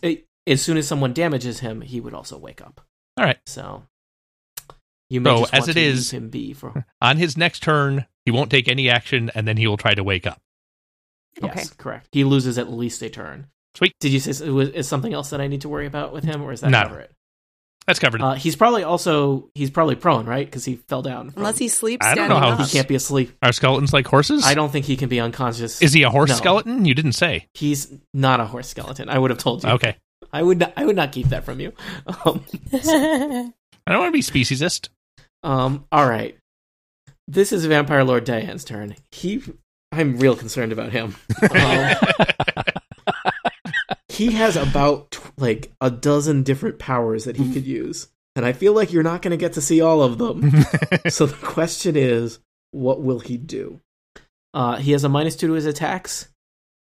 Speaker 2: as soon as someone damages him, he would also wake up.
Speaker 5: All right.
Speaker 2: So you may
Speaker 5: So,
Speaker 2: just
Speaker 5: as
Speaker 2: want
Speaker 5: it
Speaker 2: to leave
Speaker 5: is-
Speaker 2: him be for
Speaker 5: On his next turn, he won't take any action, and then he will try to wake up.
Speaker 2: yes, correct. He loses at least a turn.
Speaker 5: Sweet.
Speaker 2: Did you say s- was- is something else that I need to worry about with him, or is that
Speaker 5: No.
Speaker 2: cover it?
Speaker 5: That's covered.
Speaker 2: Uh, he's probably also he's probably prone, right? Because he fell down. from-
Speaker 4: Unless he sleeps
Speaker 5: I don't
Speaker 4: standing
Speaker 5: know how
Speaker 4: up.
Speaker 2: he can't be asleep.
Speaker 5: Are skeletons like horses?
Speaker 2: I don't think he can be unconscious.
Speaker 5: Is he a horse
Speaker 2: No.
Speaker 5: skeleton? You didn't say.
Speaker 2: He's not a horse skeleton. I would have told you.
Speaker 5: Okay.
Speaker 2: I would. Not, I would not keep that from you. Um,
Speaker 5: I don't want to be speciesist.
Speaker 2: Um, all right. This is Vampire Lord Diane's turn. He, I'm real concerned about him. Um, he has about tw- like a dozen different powers that he could use, and I feel like you're not going to get to see all of them. so the question is, what will he do? Uh, he has a minus two to his attacks.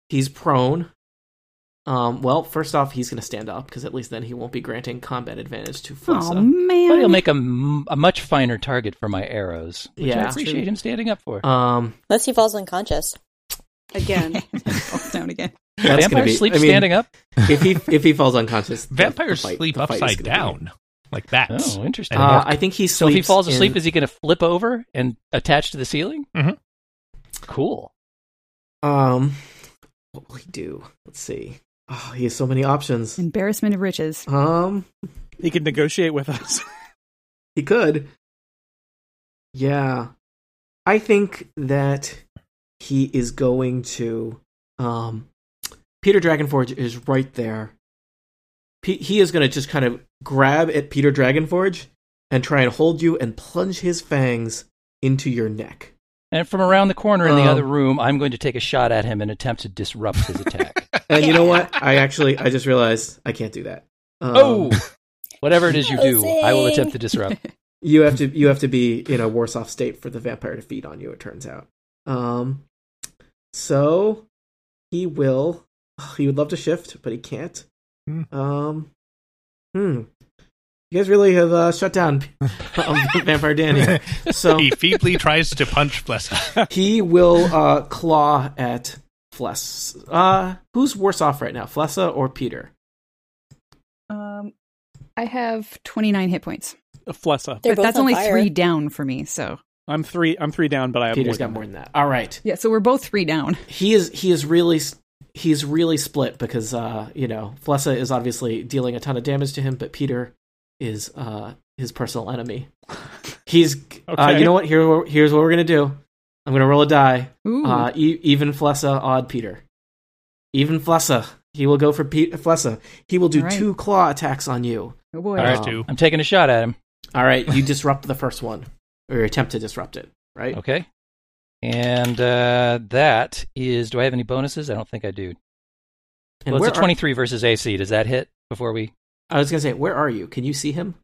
Speaker 2: He's prone. Um, well, first off, he's going to stand up because at least then he won't be granting combat advantage to Flessa.
Speaker 3: Oh man.
Speaker 6: But he'll make a, m- a much finer target for my arrows, which
Speaker 2: Yeah.
Speaker 6: I appreciate him standing up for.
Speaker 2: um,
Speaker 8: Unless he falls unconscious.
Speaker 4: Again.
Speaker 3: Falls down again.
Speaker 2: That's gonna
Speaker 6: Vampire
Speaker 2: be-
Speaker 6: sleep
Speaker 2: I mean,
Speaker 6: standing up?
Speaker 2: if he if he falls unconscious, the-
Speaker 5: Vampires
Speaker 2: the fight-
Speaker 5: sleep
Speaker 2: the fight is
Speaker 5: upside
Speaker 2: gonna be-
Speaker 5: down, like bats.
Speaker 6: Oh, interesting.
Speaker 5: And
Speaker 2: Uh,
Speaker 5: walk.
Speaker 2: I think he sleeps.
Speaker 6: so if he falls asleep,
Speaker 2: in- Mm-hmm.
Speaker 6: is he going to flip over and attach to the ceiling?
Speaker 5: Mhm.
Speaker 6: Cool.
Speaker 2: um, what will he do? Let's see. Oh, he has so many options.
Speaker 3: Embarrassment of riches.
Speaker 2: Um,
Speaker 1: He can negotiate with us.
Speaker 2: he could. Yeah, I think that he is going to. Um, Peter Dragonforge is right there. Pe- he is going to just kind of grab at Peter Dragonforge and try and hold you and plunge his fangs into your neck.
Speaker 6: And from around the corner in the
Speaker 2: Um,
Speaker 6: other room, I'm going to take a shot at him and attempt to disrupt his attack.
Speaker 2: And you know what? I actually, I just realized I can't do that. Um,
Speaker 6: oh, whatever it is you do, I will
Speaker 8: Closing.
Speaker 6: attempt to disrupt.
Speaker 2: you have to you have to be in a worse off state for the vampire to feed on you. It turns out. Um, so he will. He would love to shift, but he can't.
Speaker 5: Hmm.
Speaker 2: Um, hmm. You guys really have uh, shut down um, Vampire Danny. So
Speaker 5: he feebly tries to punch Blessa.
Speaker 2: he will uh, claw at Fless. Uh, who's worse off right now, Flessa or Peter?
Speaker 3: Um, I have 29 hit points,
Speaker 1: Flessa.
Speaker 8: They're
Speaker 3: but
Speaker 8: both
Speaker 3: that's
Speaker 8: on
Speaker 3: only
Speaker 8: fire.
Speaker 3: three down for me. So
Speaker 1: I'm three. I'm three down, but I have more
Speaker 2: Peter's got
Speaker 1: than
Speaker 2: more than that. All right.
Speaker 3: yeah, so we're both three down.
Speaker 2: he is he is really he's really split because uh you know Flessa is obviously dealing a ton of damage to him, but Peter is uh his personal enemy. He's uh,
Speaker 1: Okay.
Speaker 2: you know what here we're- here's what we're gonna do. I'm gonna roll a die.
Speaker 3: Ooh,
Speaker 2: Uh, e- even Flessa, odd Peter. Even Flessa, he will go for Pe- Flessa. He will do
Speaker 3: All right.
Speaker 2: two claw attacks on you.
Speaker 3: oh boy.
Speaker 5: All right,
Speaker 2: Um,
Speaker 5: two.
Speaker 6: I'm taking a shot at him.
Speaker 2: All right, you disrupt the first one or attempt to disrupt it. Right.
Speaker 6: Okay. And uh, that is. Do I have any bonuses? I don't think I do.
Speaker 2: And
Speaker 6: well,
Speaker 2: where
Speaker 6: it's a
Speaker 2: are-
Speaker 6: 23 versus AC. Does that hit before we?
Speaker 2: I was gonna say, where are you? Can you see him?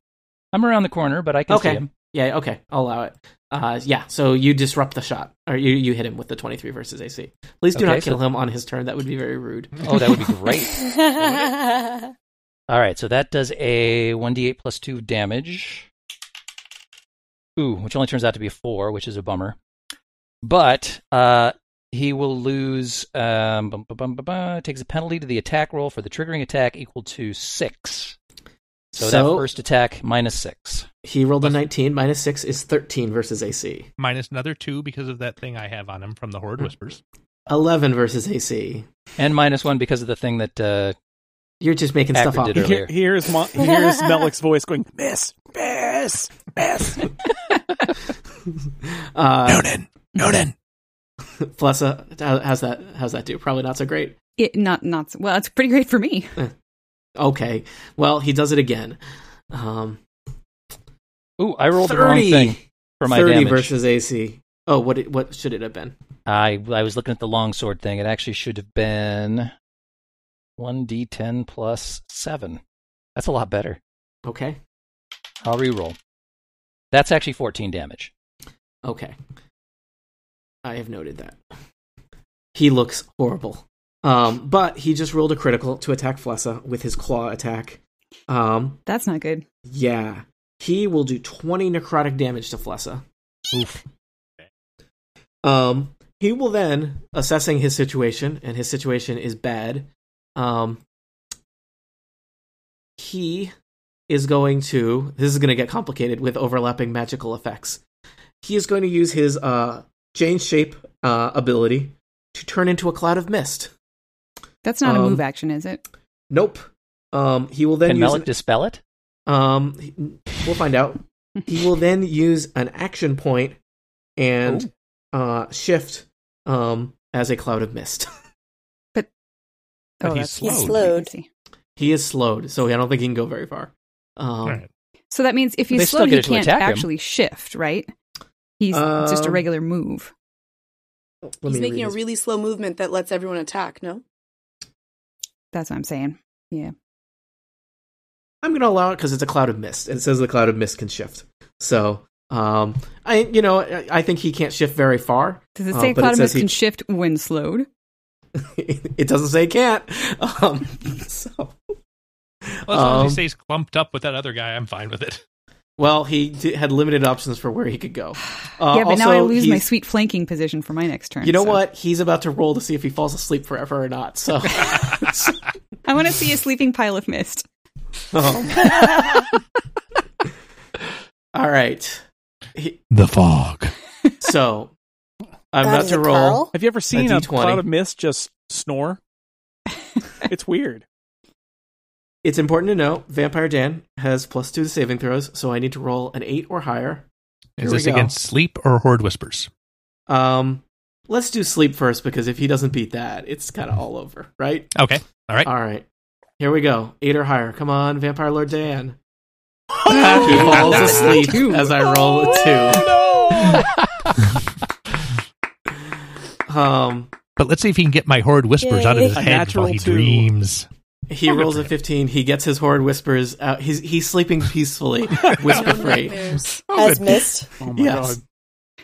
Speaker 6: I'm around the corner, but I can
Speaker 2: Okay.
Speaker 6: see him.
Speaker 2: Yeah, okay, I'll allow it. Uh, yeah, so you disrupt the shot, or you, you hit him with the 23 versus AC. Please do
Speaker 6: Okay,
Speaker 2: not kill
Speaker 6: so-
Speaker 2: him on his turn. That would be very rude.
Speaker 6: Oh, that would be great. All right, so that does a 1d8 plus 2 damage. Ooh, which only turns out to be a 4, which is a bummer. But uh, he will lose. Um, bum, bum, bum, bum, bum, takes a penalty to the attack roll for the triggering attack equal to 6. So, that
Speaker 2: So-
Speaker 6: first attack minus six.
Speaker 2: He rolled a 19. Minus 6 is 13 versus AC.
Speaker 5: Minus another two because of that thing I have on him from the
Speaker 2: Hmm.
Speaker 5: Horde Whispers.
Speaker 2: 11 versus AC.
Speaker 6: And minus one because of the thing that uh,
Speaker 2: You're just making stuff
Speaker 6: Akron
Speaker 2: up.
Speaker 6: did
Speaker 1: Here,
Speaker 6: earlier.
Speaker 1: here's Mo- here's Melik's voice going, miss, miss, miss.
Speaker 2: Uh,
Speaker 5: Nonin! Nonin!
Speaker 2: Flessa, how- how's that? How's that do? Probably not so great.
Speaker 3: It not not well. It's pretty great for me.
Speaker 2: Okay. Well, he does it again. Um,
Speaker 6: Ooh, I rolled the wrong thing for my
Speaker 2: 30
Speaker 6: damage.
Speaker 2: versus AC. Oh, what it, what should it have been?
Speaker 6: I I was looking at the longsword thing. It actually should have been one d10 plus seven. That's a lot better.
Speaker 2: Okay.
Speaker 6: I'll reroll. That's actually 14 damage.
Speaker 2: Okay. I have noted that. He looks horrible. Um, but he just rolled a critical to attack Flessa with his claw attack. Um,
Speaker 3: That's not good.
Speaker 2: yeah. He will do 20 necrotic damage to Flessa.
Speaker 6: Oof.
Speaker 2: Um, he will then, assessing his situation, and his situation is bad, um, he is going to. This is going to get complicated with overlapping magical effects. He is going to use his uh, Jane Shape uh, ability to turn into a cloud of mist.
Speaker 3: That's not a
Speaker 2: Um,
Speaker 3: move action, is it?
Speaker 2: Nope. Um, he will then
Speaker 6: Can
Speaker 2: use
Speaker 6: Melic
Speaker 2: an-
Speaker 6: dispel it?
Speaker 2: um, he- we'll find out. he will then use an action point and uh, shift um, as a cloud of mist.
Speaker 5: But he's
Speaker 3: Oh, that's-
Speaker 5: slowed.
Speaker 8: He's slowed.
Speaker 3: I see.
Speaker 2: he is slowed, so I don't think he can go very far. Um,
Speaker 5: All right.
Speaker 3: So that means if he's
Speaker 6: They still
Speaker 3: slowed,
Speaker 6: get
Speaker 3: he
Speaker 6: to
Speaker 3: can't
Speaker 6: attack him.
Speaker 3: actually shift, right? He's it's just a
Speaker 2: Um,
Speaker 3: regular move.
Speaker 2: let me
Speaker 4: He's making
Speaker 2: read
Speaker 4: a
Speaker 2: his-
Speaker 4: really slow movement that lets everyone attack. No,
Speaker 3: That's what I'm saying. Yeah.
Speaker 2: I'm going to allow it because it's a cloud of mist, and it says the cloud of mist can shift. So, um, I you know I, I think he can't shift very far.
Speaker 3: Does it
Speaker 2: Uh,
Speaker 3: say
Speaker 2: but it says
Speaker 3: Clodomus
Speaker 2: he-
Speaker 3: can shift when slowed?
Speaker 2: it doesn't say he can't. Um, so,
Speaker 5: Well, as long
Speaker 2: Um,
Speaker 5: as he stays clumped up with that other guy, I'm fine with it.
Speaker 2: well, he d- had limited options for where he could go. Uh,
Speaker 3: yeah, but now I
Speaker 2: also,
Speaker 3: lose my
Speaker 2: he's-
Speaker 3: sweet flanking position for my next turn.
Speaker 2: You know
Speaker 3: so-
Speaker 2: what? He's about to roll to see if he falls asleep forever or not. So,
Speaker 3: I want to see a sleeping pile of mist.
Speaker 2: um, all right. He-
Speaker 5: The fog.
Speaker 2: so, I'm
Speaker 8: God,
Speaker 2: about
Speaker 8: is
Speaker 2: to
Speaker 8: it
Speaker 2: roll.
Speaker 8: Carl?
Speaker 1: Have you ever seen a,
Speaker 2: D20.
Speaker 1: cloud of mist just snore? it's weird.
Speaker 2: It's important to note Vampire Dan has plus two to saving throws, so I need to roll an eight or higher. Here
Speaker 5: Is
Speaker 2: we
Speaker 5: this
Speaker 2: go.
Speaker 5: against sleep or Horde Whispers?
Speaker 2: Um, let's do sleep first because if he doesn't beat that, it's kind of all over, right?
Speaker 5: Okay. All right.
Speaker 2: All right, here we go. Eight or higher. Come on, Vampire Lord Dan. he falls asleep as I roll a
Speaker 5: Oh,
Speaker 2: two. Um,
Speaker 5: But let's see if he can get my Horde Whispers out of his
Speaker 8: Yay.
Speaker 1: A
Speaker 5: head
Speaker 1: natural
Speaker 5: while he
Speaker 1: two.
Speaker 5: dreams.
Speaker 2: he rolls a fifteen. He gets his horrid whispers out. He's he's sleeping peacefully, whisper
Speaker 4: No
Speaker 6: Oh
Speaker 2: free.
Speaker 4: nightmares.
Speaker 8: As missed.
Speaker 1: Oh my
Speaker 2: Yes.
Speaker 1: god.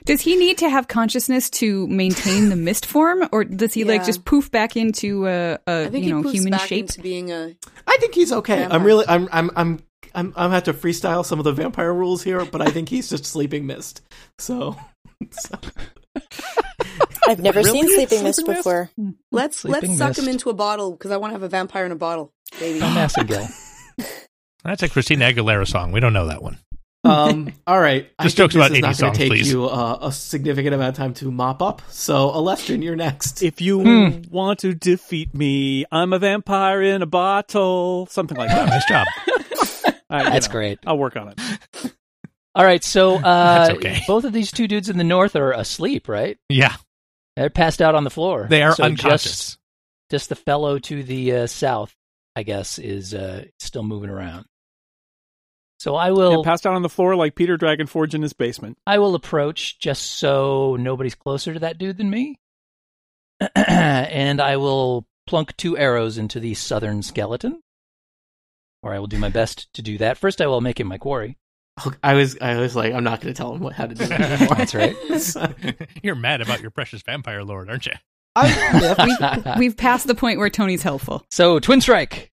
Speaker 3: Does he need to have consciousness to maintain the mist form, or does he like
Speaker 4: Yeah.
Speaker 3: just poof back into a,
Speaker 4: I
Speaker 3: a
Speaker 4: think
Speaker 3: you know
Speaker 4: he poofs
Speaker 3: human
Speaker 4: back
Speaker 3: shape?
Speaker 4: into being a.
Speaker 2: I think he's okay. I'm
Speaker 4: Vampire.
Speaker 2: really I'm I'm I'm I'm I'm have to freestyle some of the vampire rules here, but I think he's just sleeping mist. So, so-
Speaker 8: I've never seen Sleeping Mist
Speaker 2: Sleeping Mist?
Speaker 8: before.
Speaker 4: Let's
Speaker 6: Sleeping
Speaker 4: let's suck him
Speaker 6: mist.
Speaker 4: into
Speaker 6: Oh,
Speaker 4: a bottle because I want to have a vampire in a bottle, baby.
Speaker 6: I'm Massengale.
Speaker 5: That's a Christina Aguilera song. We don't know that one.
Speaker 2: um all right. I
Speaker 5: Just
Speaker 2: think
Speaker 5: jokes
Speaker 2: this
Speaker 5: about
Speaker 2: is
Speaker 5: 80
Speaker 2: not going
Speaker 5: songs,
Speaker 2: to take
Speaker 5: please.
Speaker 2: you uh, a significant amount of time to mop up. So, Alestrin, you're next.
Speaker 1: If you want to defeat me, I'm a vampire in a bottle. Something like
Speaker 5: Oh,
Speaker 1: that.
Speaker 5: nice job.
Speaker 1: I- you
Speaker 6: That's
Speaker 1: know,
Speaker 6: great.
Speaker 1: I'll work on it.
Speaker 6: All right, so uh,
Speaker 5: That's okay.
Speaker 6: both of these two dudes in the north are asleep, right?
Speaker 5: Yeah.
Speaker 6: They're passed out on the floor.
Speaker 5: They are
Speaker 6: So Just,
Speaker 5: unconscious.
Speaker 6: just the fellow to the uh, south, I guess, is uh, still moving around. So I will.
Speaker 1: Yeah, passed out on the floor like Peter Dragonforge in his basement.
Speaker 6: I will approach just so nobody's closer to that dude than me. and I will plunk two arrows into the southern skeleton. Or I will do my best to do that. First, I will make him my quarry.
Speaker 2: I was I was like I'm not going to tell him what, how to do it anymore.
Speaker 6: That's right.
Speaker 5: You're mad about your precious vampire lord, aren't you?
Speaker 2: I-
Speaker 3: We've passed the point where Tony's helpful.
Speaker 6: so, Twin Strike.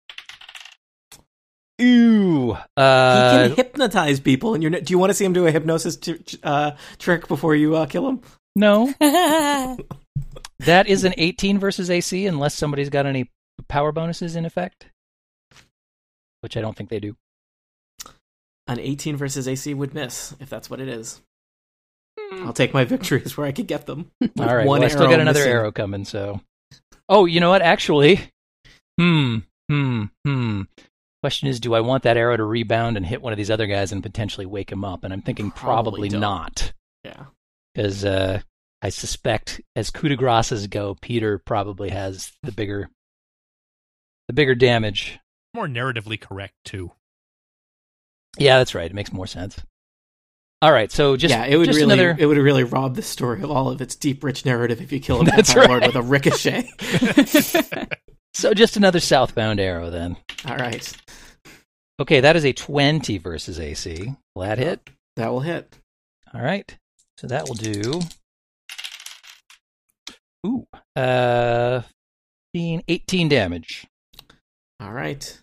Speaker 6: Ew.
Speaker 2: he
Speaker 6: Uh,
Speaker 2: can hypnotize people, and you're. n- Do you want to see him do a hypnosis t- uh, trick before you uh, kill him?
Speaker 6: no. That is an 18 versus AC, unless somebody's got any power bonuses in effect, which I don't think they do.
Speaker 2: An 18 versus AC would miss if that's what it is. I'll take my victories where I could get them. With
Speaker 6: Hmm. All right. Well, I still
Speaker 2: arrow
Speaker 6: got another
Speaker 2: missing.
Speaker 6: arrow coming. So, oh, you know what? Actually, hmm, hmm, hmm. Question is, do I want that arrow to rebound and hit one of these other guys and potentially wake him up? And I'm thinking
Speaker 2: Probably
Speaker 6: probably,
Speaker 2: don't.
Speaker 6: not,
Speaker 2: Yeah.
Speaker 6: because uh, I suspect, as coup de graces go, Peter probably has the bigger, the bigger damage.
Speaker 5: More narratively correct too.
Speaker 6: Yeah, that's right. It makes more sense. All right. So just
Speaker 2: yeah, it would
Speaker 6: just
Speaker 2: really
Speaker 6: another.
Speaker 2: it would really rob the story of all of its deep, rich narrative if you kill a
Speaker 6: That's
Speaker 2: vampire lord
Speaker 6: right.
Speaker 2: with a ricochet.
Speaker 6: So just another southbound arrow then.
Speaker 2: all right,
Speaker 6: Okay, that is a 20 versus AC. Will
Speaker 2: Uh,
Speaker 6: that hit?
Speaker 2: that will hit.
Speaker 6: All right. So that will do. Ooh. Uh, 15, 18 damage
Speaker 2: All right,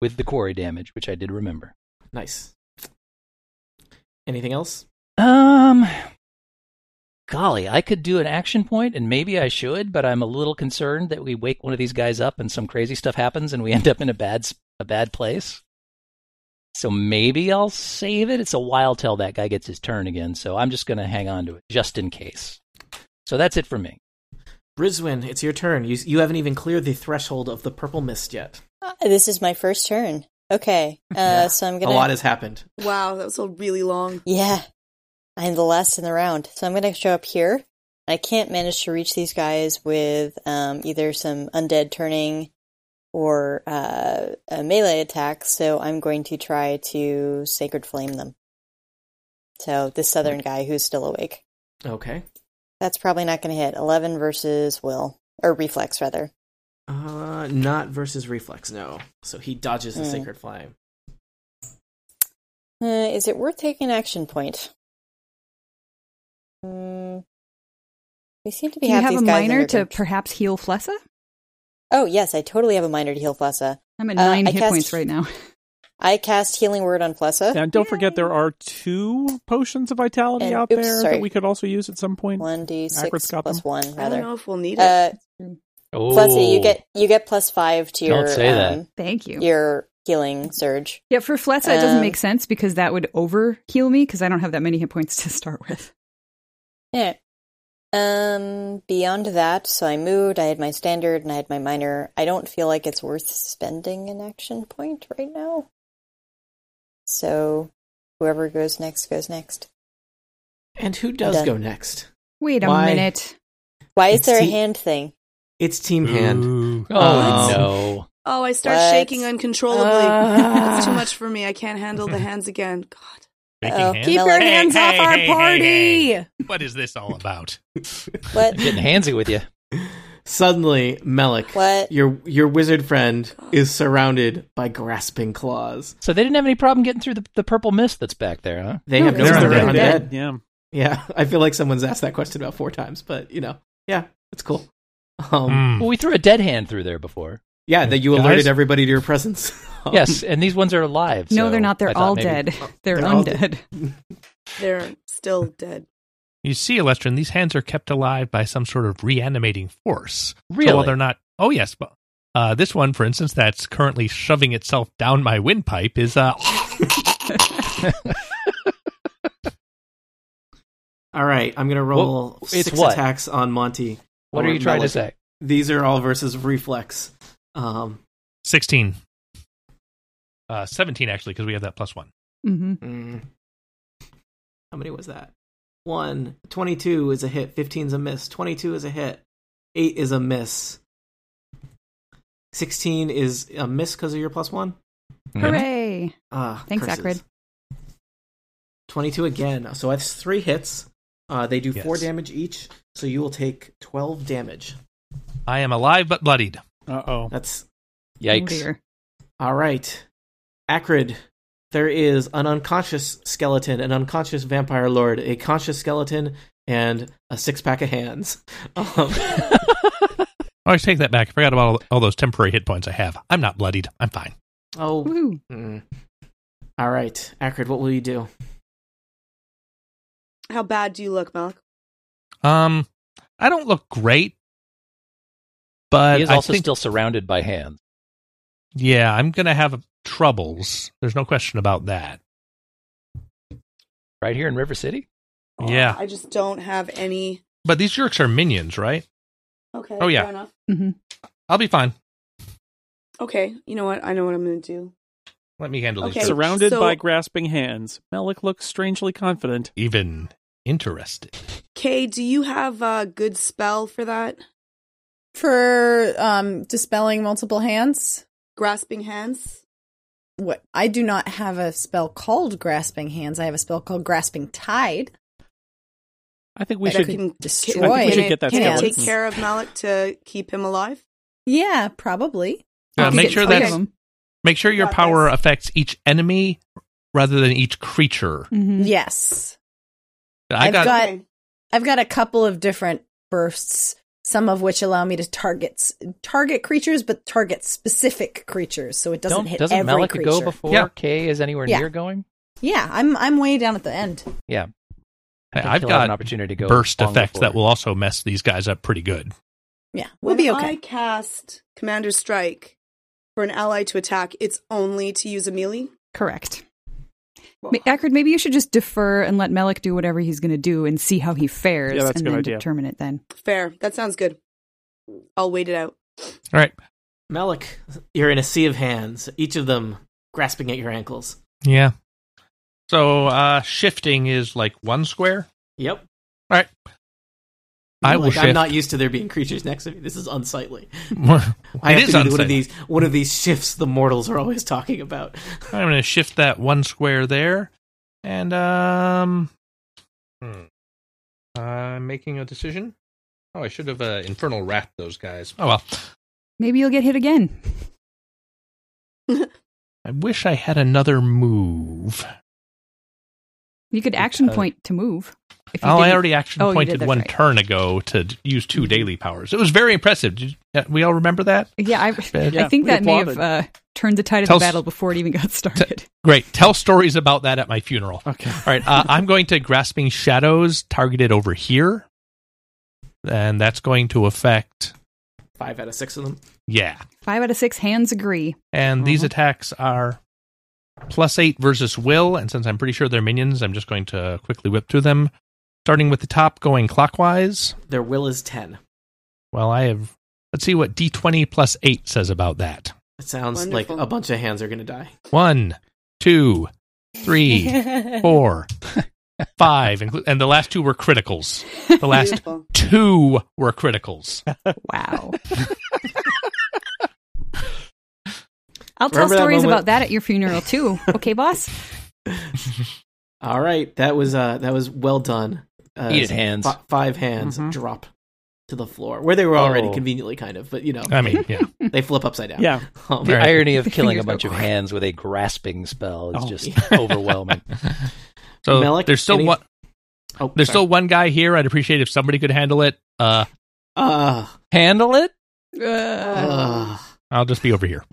Speaker 6: with the quarry damage, which I did remember.
Speaker 2: nice. Anything else?
Speaker 6: Um, golly, I could do an action point, and maybe I should, but I'm a little concerned that we wake one of these guys up and some crazy stuff happens, and we end up in a bad s- a bad place. So maybe I'll save it. It's a while till that guy gets his turn again, so I'm just going to hang on to it just in case. So that's it for me.
Speaker 2: Briswin, it's your turn. You you haven't even cleared the threshold of the purple mist yet.
Speaker 8: Uh, This is my first turn. Okay. Uh,
Speaker 2: Yeah.
Speaker 8: So I'm
Speaker 2: A
Speaker 8: gonna.
Speaker 2: lot has happened.
Speaker 4: Wow, that was a really long.
Speaker 8: yeah. I'm the last in the round, so I'm gonna show up here. I can't manage to reach these guys with um, either some undead turning or uh, a melee attack, so I'm going to try to sacred flame them. So this southern guy who's still awake.
Speaker 2: Okay.
Speaker 8: That's probably not going to hit. 11 versus will, or reflex rather.
Speaker 2: Uh, not versus reflex, no. So he dodges the
Speaker 8: Hmm.
Speaker 2: sacred flame.
Speaker 8: Uh, is it worth taking an action point? Mm, we seem to be
Speaker 3: Do you have
Speaker 8: these
Speaker 3: a
Speaker 8: guys
Speaker 3: minor
Speaker 8: under
Speaker 3: to
Speaker 8: con-
Speaker 3: perhaps heal Flessa?
Speaker 8: oh yes, I totally have a minor to heal Flessa.
Speaker 3: I'm at
Speaker 8: Uh,
Speaker 3: nine
Speaker 8: I
Speaker 3: hit
Speaker 8: cast-
Speaker 3: points right now.
Speaker 8: I cast healing word on Flessa.
Speaker 1: Now, don't forget there are two potions of vitality
Speaker 8: And-
Speaker 1: out
Speaker 8: oops,
Speaker 1: there
Speaker 8: sorry.
Speaker 1: that we could also use at some point.
Speaker 8: One d six
Speaker 1: Acrobat's got
Speaker 8: plus
Speaker 1: them.
Speaker 8: one
Speaker 4: I don't
Speaker 8: rather.
Speaker 4: know if we'll need it.
Speaker 8: Uh,
Speaker 6: Oh,
Speaker 8: Flessa, you get you get plus five to
Speaker 6: Don't
Speaker 8: your
Speaker 6: say that.
Speaker 8: um,
Speaker 3: Thank you.
Speaker 8: your healing surge.
Speaker 3: Yeah, for Flessa, it doesn't
Speaker 8: Um,
Speaker 3: make sense because that would over heal me because I don't have that many hit points to start with.
Speaker 8: Yeah. Eh. Um. Beyond that, so I moved. I had my standard and I had my minor. I don't feel like it's worth spending an action point right now. So, whoever goes next goes next.
Speaker 2: And who does
Speaker 8: Done.
Speaker 2: go next?
Speaker 3: Wait a
Speaker 2: Why?
Speaker 3: minute.
Speaker 8: Why is
Speaker 2: It's
Speaker 8: there a
Speaker 2: the-
Speaker 8: hand thing?
Speaker 2: It's team hand.
Speaker 6: Oh,
Speaker 2: Um,
Speaker 6: no.
Speaker 4: oh, I start
Speaker 8: What?
Speaker 4: shaking uncontrollably.
Speaker 2: Ah.
Speaker 4: It's too much for me. I can't handle the hands again. God.
Speaker 5: Shaking
Speaker 8: Uh-oh.
Speaker 5: hands?
Speaker 8: Keep your
Speaker 5: Hey,
Speaker 7: hands
Speaker 5: hey,
Speaker 7: off our
Speaker 5: hey, hey,
Speaker 7: party!
Speaker 5: hey. What is this all about?
Speaker 8: What?
Speaker 6: Getting handsy with you.
Speaker 2: Suddenly, Melik,
Speaker 8: What?
Speaker 2: your your wizard friend is surrounded by grasping claws.
Speaker 6: So they didn't have any problem getting through the, the purple mist that's back there, huh?
Speaker 2: They
Speaker 3: No,
Speaker 2: have no
Speaker 3: they're
Speaker 2: idea they're
Speaker 5: undead.
Speaker 2: undead.
Speaker 1: Yeah.
Speaker 2: Yeah, I feel like someone's asked that question about four times, but you know, yeah, it's cool. Um,
Speaker 5: Mm.
Speaker 6: Well, we threw a dead hand through there before.
Speaker 2: yeah, that you
Speaker 5: Guys?
Speaker 2: alerted everybody to your presence.
Speaker 5: Oh.
Speaker 6: Yes, and these ones are alive.
Speaker 3: No,
Speaker 6: so
Speaker 3: they're not.
Speaker 6: I
Speaker 3: They're
Speaker 6: thought
Speaker 3: all
Speaker 6: maybe-
Speaker 3: dead. They're,
Speaker 2: They're all
Speaker 3: undead.
Speaker 4: They're still dead.
Speaker 5: You see, Alestrin, these hands are kept alive by some sort of reanimating force. So
Speaker 6: Really?
Speaker 5: while they're not, oh yes, but uh, this one, for instance, that's currently shoving itself down my windpipe is uh,
Speaker 2: All right, I'm gonna roll
Speaker 6: Well, it's
Speaker 2: six
Speaker 6: what?
Speaker 2: attacks on Monty.
Speaker 6: What
Speaker 5: Oh,
Speaker 2: Or
Speaker 6: are you trying to
Speaker 2: Melik.
Speaker 6: say?
Speaker 2: These are all versus reflex. Um,
Speaker 5: sixteen. Uh, 17 actually because we have that plus one
Speaker 3: hmm
Speaker 2: mm, how many was that? One. 22 is a hit. 15 is a miss. 22 is a hit. 8 is a miss. 16 is a miss because of your plus one.
Speaker 6: Hmm?
Speaker 3: Hooray!
Speaker 2: Ah,
Speaker 3: Thanks, Akrid.
Speaker 2: 22 again. So that's three hits. Uh, they do four
Speaker 5: Yes.
Speaker 2: damage each. So you will take 12 damage.
Speaker 5: i am alive but bloodied
Speaker 1: Uh oh.
Speaker 2: That's
Speaker 3: Oh,
Speaker 6: Yikes.
Speaker 3: dear.
Speaker 2: all right. Acrid, there is an unconscious skeleton, an unconscious vampire lord, a conscious skeleton, and a six pack of hands. Um,
Speaker 5: oh i take that back i forgot about all, all those temporary hit points i have i'm not bloodied i'm fine
Speaker 2: oh.
Speaker 3: Woo.
Speaker 2: mm. All right. Acrid, what will you do?
Speaker 4: How bad do you look, Malik?
Speaker 5: um i don't look great but
Speaker 6: he is
Speaker 5: I
Speaker 6: also
Speaker 5: think-
Speaker 6: still surrounded by hands.
Speaker 5: Yeah, I'm going to have troubles. There's no question about that.
Speaker 6: right here in River City.
Speaker 5: Oh, Yeah.
Speaker 4: I just don't have any.
Speaker 5: But these jerks are minions, right?
Speaker 4: Okay.
Speaker 5: Oh, yeah.
Speaker 4: Fair enough.
Speaker 5: I'll be fine.
Speaker 4: Okay. You know what? I know what I'm going to do.
Speaker 5: Let me handle
Speaker 4: Okay.
Speaker 5: these. jerks.
Speaker 1: Surrounded
Speaker 4: so-
Speaker 1: by grasping hands, Melik looks strangely confident.
Speaker 5: Even interested.
Speaker 4: Kay, do you have a good spell for that?
Speaker 7: For um dispelling multiple hands?
Speaker 4: Grasping hands?
Speaker 7: What I do not have a spell called grasping hands. I have a spell called grasping tide.
Speaker 1: I think we
Speaker 7: That
Speaker 1: should.
Speaker 7: could-
Speaker 4: Can-
Speaker 7: destroy
Speaker 1: I think we should
Speaker 7: it.
Speaker 1: get that
Speaker 4: Can it
Speaker 7: Hands.
Speaker 1: skeleton.
Speaker 4: take care of Malik to keep him alive?
Speaker 7: Yeah, probably.
Speaker 5: Uh,
Speaker 3: I'll
Speaker 5: make
Speaker 3: get
Speaker 5: sure
Speaker 3: both of
Speaker 5: that's
Speaker 3: them.
Speaker 5: Make sure your
Speaker 4: Got
Speaker 5: power
Speaker 4: this.
Speaker 5: affects each enemy rather than each creature.
Speaker 7: Mm-hmm.
Speaker 4: Mm-hmm.
Speaker 3: Mhm.
Speaker 7: Yes.
Speaker 5: I
Speaker 7: I've
Speaker 5: got,
Speaker 7: got-
Speaker 4: okay.
Speaker 7: I've got a couple of different bursts, some of which allow me to target target creatures, but target specific creatures, so it doesn't
Speaker 6: Don't-
Speaker 7: hit
Speaker 6: doesn't
Speaker 7: every
Speaker 6: Malik
Speaker 7: creature.
Speaker 6: go before
Speaker 5: Yeah.
Speaker 6: K is anywhere
Speaker 7: Yeah.
Speaker 6: near going?
Speaker 7: yeah, I'm I'm way down at the end.
Speaker 6: Yeah, I think
Speaker 5: I've
Speaker 6: he'll have an
Speaker 5: got
Speaker 6: opportunity to go
Speaker 5: burst
Speaker 6: long
Speaker 5: effects
Speaker 6: before.
Speaker 5: that will also mess these guys up pretty good.
Speaker 7: Yeah, we'll
Speaker 4: when
Speaker 7: be okay.
Speaker 4: I cast Commander Strike for an ally to attack, it's only to use a melee.
Speaker 3: Correct. Ma- Ackard, maybe you should just defer and let Melik do whatever he's going to do and see how he fares
Speaker 1: Yeah, that's a
Speaker 3: and
Speaker 1: good
Speaker 3: then
Speaker 1: idea.
Speaker 3: determine it then.
Speaker 4: Fair. That sounds good. I'll wait it out.
Speaker 5: All right.
Speaker 2: Malik, you're in a sea of hands, each of them grasping at your ankles.
Speaker 5: Yeah. So uh shifting is like one square.
Speaker 2: Yep.
Speaker 5: I
Speaker 2: Like,
Speaker 5: will
Speaker 2: I'm
Speaker 5: shift.
Speaker 2: not used to there being creatures next to me. This is unsightly. I
Speaker 5: It
Speaker 2: have
Speaker 5: is
Speaker 2: to do one
Speaker 5: unsightly.
Speaker 2: of these one of these shifts the mortals are always talking about.
Speaker 5: I'm going to shift that one square there, and um, hmm. I'm making a decision. Oh, I should have uh, infernal wrapped those guys. Oh well,
Speaker 3: Maybe you'll get hit again.
Speaker 5: I wish I had another move.
Speaker 3: You could action
Speaker 6: Uh,
Speaker 3: point to move. If you
Speaker 5: Oh, I
Speaker 3: didn't-
Speaker 5: already action
Speaker 3: Oh, you did,
Speaker 5: pointed
Speaker 3: that's
Speaker 5: one
Speaker 3: right.
Speaker 5: turn ago to d- use two daily powers. It was very impressive. Did uh, we all remember that?
Speaker 3: Yeah, I,
Speaker 1: Yeah,
Speaker 3: I think
Speaker 1: we
Speaker 3: that may have
Speaker 1: applauded.
Speaker 3: uh, turned the tide of
Speaker 5: Tell
Speaker 3: the
Speaker 5: s-
Speaker 3: battle before it even got started.
Speaker 5: Great. Tell stories about that at my funeral.
Speaker 1: Okay.
Speaker 5: All right, uh, I'm going to grasping shadows targeted over here, and that's going to affect
Speaker 2: Five out of six of them.
Speaker 5: yeah.
Speaker 3: Five out of six hands agree.
Speaker 5: And these
Speaker 1: Mhm.
Speaker 5: attacks are plus eight versus will. And since I'm pretty sure they're minions, I'm just going to quickly whip through them. Starting with the top, going clockwise.
Speaker 2: Their will is ten.
Speaker 5: Well, I have. Let's see what d20 plus eight says about that.
Speaker 2: It sounds like
Speaker 4: Wonderful.
Speaker 2: a bunch of hands are gonna die.
Speaker 5: One, two, three, four, five. inclu- And the last two were criticals. The last
Speaker 4: Beautiful.
Speaker 5: two were criticals.
Speaker 3: Wow. I'll tell
Speaker 2: Remember that
Speaker 3: stories
Speaker 2: moment?
Speaker 3: about that at your funeral too. Okay, boss?
Speaker 2: All right, that was uh that was well done. Uh,
Speaker 6: Eat it, hands.
Speaker 2: fi- five hands
Speaker 4: Mm-hmm.
Speaker 1: Mhm.
Speaker 2: drop to the floor where they were already
Speaker 6: Oh.
Speaker 2: conveniently kind of, but you know
Speaker 5: I mean, yeah.
Speaker 2: they flip upside down.
Speaker 1: Yeah.
Speaker 2: Um,
Speaker 6: The
Speaker 5: Right.
Speaker 6: irony of killing a
Speaker 3: Fingers go
Speaker 6: bunch of
Speaker 3: quick.
Speaker 6: hands with a grasping spell is
Speaker 1: Oh.
Speaker 6: just overwhelming.
Speaker 5: So
Speaker 2: Malik,
Speaker 5: there's still
Speaker 2: any-
Speaker 5: one.
Speaker 2: oh,
Speaker 5: There's
Speaker 2: sorry.
Speaker 5: still one guy here. I'd appreciate if somebody could handle it. Uh,
Speaker 2: uh,
Speaker 6: Handle it?
Speaker 2: uh,
Speaker 5: I'll just be over here.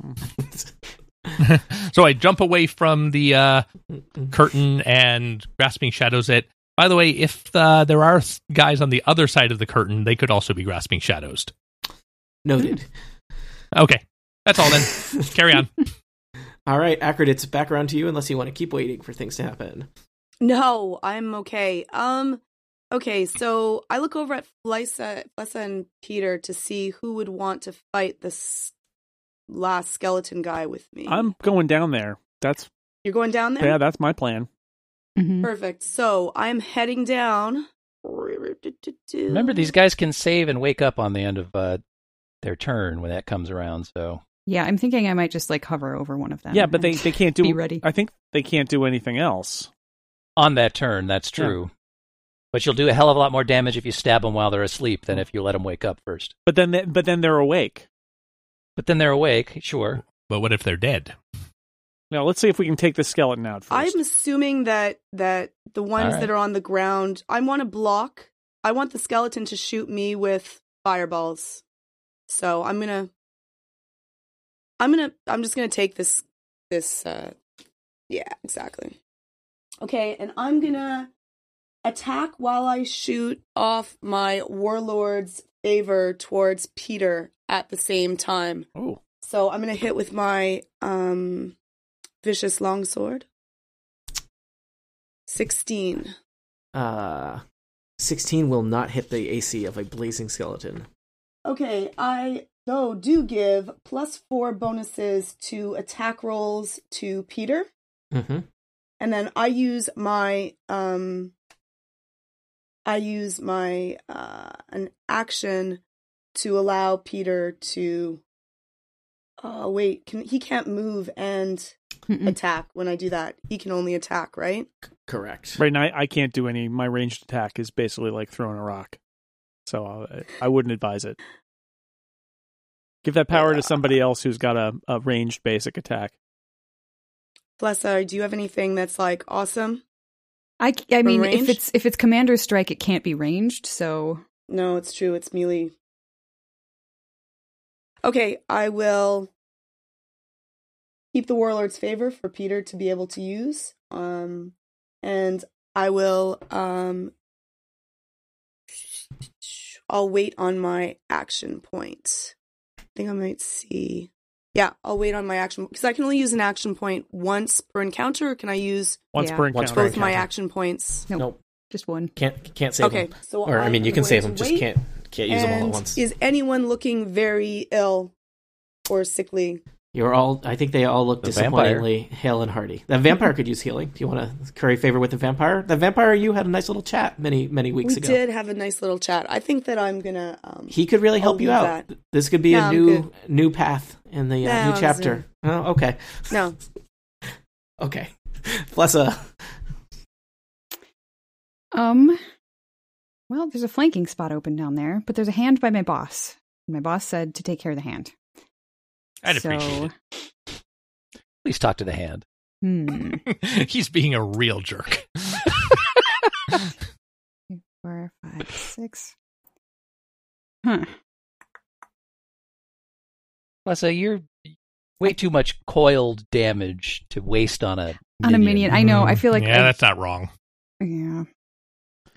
Speaker 5: so I jump away from the uh, curtain and grasping shadows it. By the way, if uh, there are th- guys on the other side of the curtain, they could also be grasping shadows.
Speaker 2: noted.
Speaker 5: Okay, that's all then. Carry on.
Speaker 2: All right, Akrid, it's back around to you unless you want to keep waiting for things to happen.
Speaker 4: No, I'm okay. Um, okay, so I look over at Flesa, Flesa and Peter to see who would want to fight this last skeleton guy with me.
Speaker 1: I'm going down there. That's
Speaker 4: You're going down there.
Speaker 1: yeah, that's my plan.
Speaker 6: Mm-hmm.
Speaker 3: Mhm.
Speaker 4: Perfect. So I'm heading down. Remember
Speaker 6: Remember, these guys can save and wake up on the end of uh, their turn when that comes around. So
Speaker 3: Yeah, I'm thinking I might just like hover over one of them.
Speaker 1: Yeah, but they
Speaker 3: and
Speaker 1: they can't do.
Speaker 3: be ready.
Speaker 1: I think they can't do anything else.
Speaker 6: on that turn, that's
Speaker 1: Yeah.
Speaker 6: true. But you'll do a hell of a lot more damage if you stab them while they're asleep
Speaker 3: Mm.
Speaker 6: than if you let them wake up first.
Speaker 1: But then, they, but then they're awake.
Speaker 6: But then they're awake,
Speaker 3: Mm.
Speaker 6: sure.
Speaker 5: But what if they're dead?
Speaker 1: Now let's see if we can take the skeleton out 1st
Speaker 4: I'm assuming that that the ones
Speaker 6: Alright.
Speaker 4: that are on the ground, I want to block. I want the skeleton to shoot me with fireballs. So I'm gonna, I'm gonna, I'm just gonna take this, this, uh, yeah, exactly. Okay, and I'm gonna attack while I shoot off my warlord's favor towards Peter at the same time.
Speaker 1: oh,
Speaker 4: So I'm gonna hit with my um, vicious longsword. 16.
Speaker 2: Uh, 16 will not hit the AC of a blazing skeleton.
Speaker 4: Okay, I though do give plus four bonuses to attack rolls to Peter,
Speaker 2: Mm-hmm.
Speaker 4: and then I use my um, I use my uh an action to allow Peter to. Oh wait, can he can't move and
Speaker 3: Mm-mm.
Speaker 4: attack when I do that? He can only attack, right?
Speaker 2: Correct.
Speaker 1: Right now, I- I can't do any. My ranged attack is basically like throwing a rock, so I, I wouldn't advise it. Give that power to somebody else who's got a, a ranged basic attack.
Speaker 4: Bless her. Do you have anything that's like awesome?
Speaker 3: I, c- I mean,
Speaker 4: ranged?
Speaker 3: if it's if it's commander strike, it can't be ranged. So
Speaker 4: No, it's true. It's melee. Okay, I will keep the warlord's favor for Peter to be able to use. Um, and I will um, I'll wait on my action point. I think I might see. Yeah, I'll wait on my action because I can only use an action point once per encounter. Or can I use
Speaker 1: Once
Speaker 3: Yeah.
Speaker 1: per
Speaker 2: Once
Speaker 1: encounter.
Speaker 2: per
Speaker 4: both my
Speaker 2: encounter.
Speaker 4: action points?
Speaker 3: no,
Speaker 2: Nope.
Speaker 3: just one.
Speaker 2: Can't can't save
Speaker 4: okay,
Speaker 2: them.
Speaker 4: so
Speaker 2: Or I mean, you
Speaker 4: am
Speaker 2: can
Speaker 4: going
Speaker 2: save
Speaker 4: to
Speaker 2: them, just
Speaker 4: wait.
Speaker 2: can't can't use them all at
Speaker 4: And
Speaker 2: once.
Speaker 4: Is anyone looking very ill or sickly?
Speaker 2: You're all. I think they all look
Speaker 6: The vampire.
Speaker 2: disappointingly hale and hearty. That vampire could use healing. Do you want to curry favor with the vampire? That vampire, you had a nice little chat many many weeks
Speaker 4: we
Speaker 2: ago.
Speaker 4: did have a nice little chat. I think that I'm gonna. Um,
Speaker 2: He could really help
Speaker 4: I'll
Speaker 2: you
Speaker 4: leave
Speaker 2: out. This could be
Speaker 4: No,
Speaker 2: a
Speaker 4: I'm
Speaker 2: new new path in the uh,
Speaker 4: No,
Speaker 2: new
Speaker 4: I'm
Speaker 2: chapter. Oh, okay,
Speaker 4: no,
Speaker 2: okay. uh, Flessa,
Speaker 3: Um, well, there's a flanking spot open down there, but there's a hand by my boss. My boss said to take care of the hand.
Speaker 5: I'd
Speaker 3: so,
Speaker 5: appreciate it.
Speaker 6: Please talk to the hand.
Speaker 3: Hmm.
Speaker 5: He's being a real jerk.
Speaker 3: four, five, six. Huh.
Speaker 6: Lessa, uh, you're way too much coiled damage to waste on a
Speaker 3: On a minion. I know. I feel like
Speaker 5: yeah,
Speaker 3: I-
Speaker 5: that's not wrong.
Speaker 3: Yeah.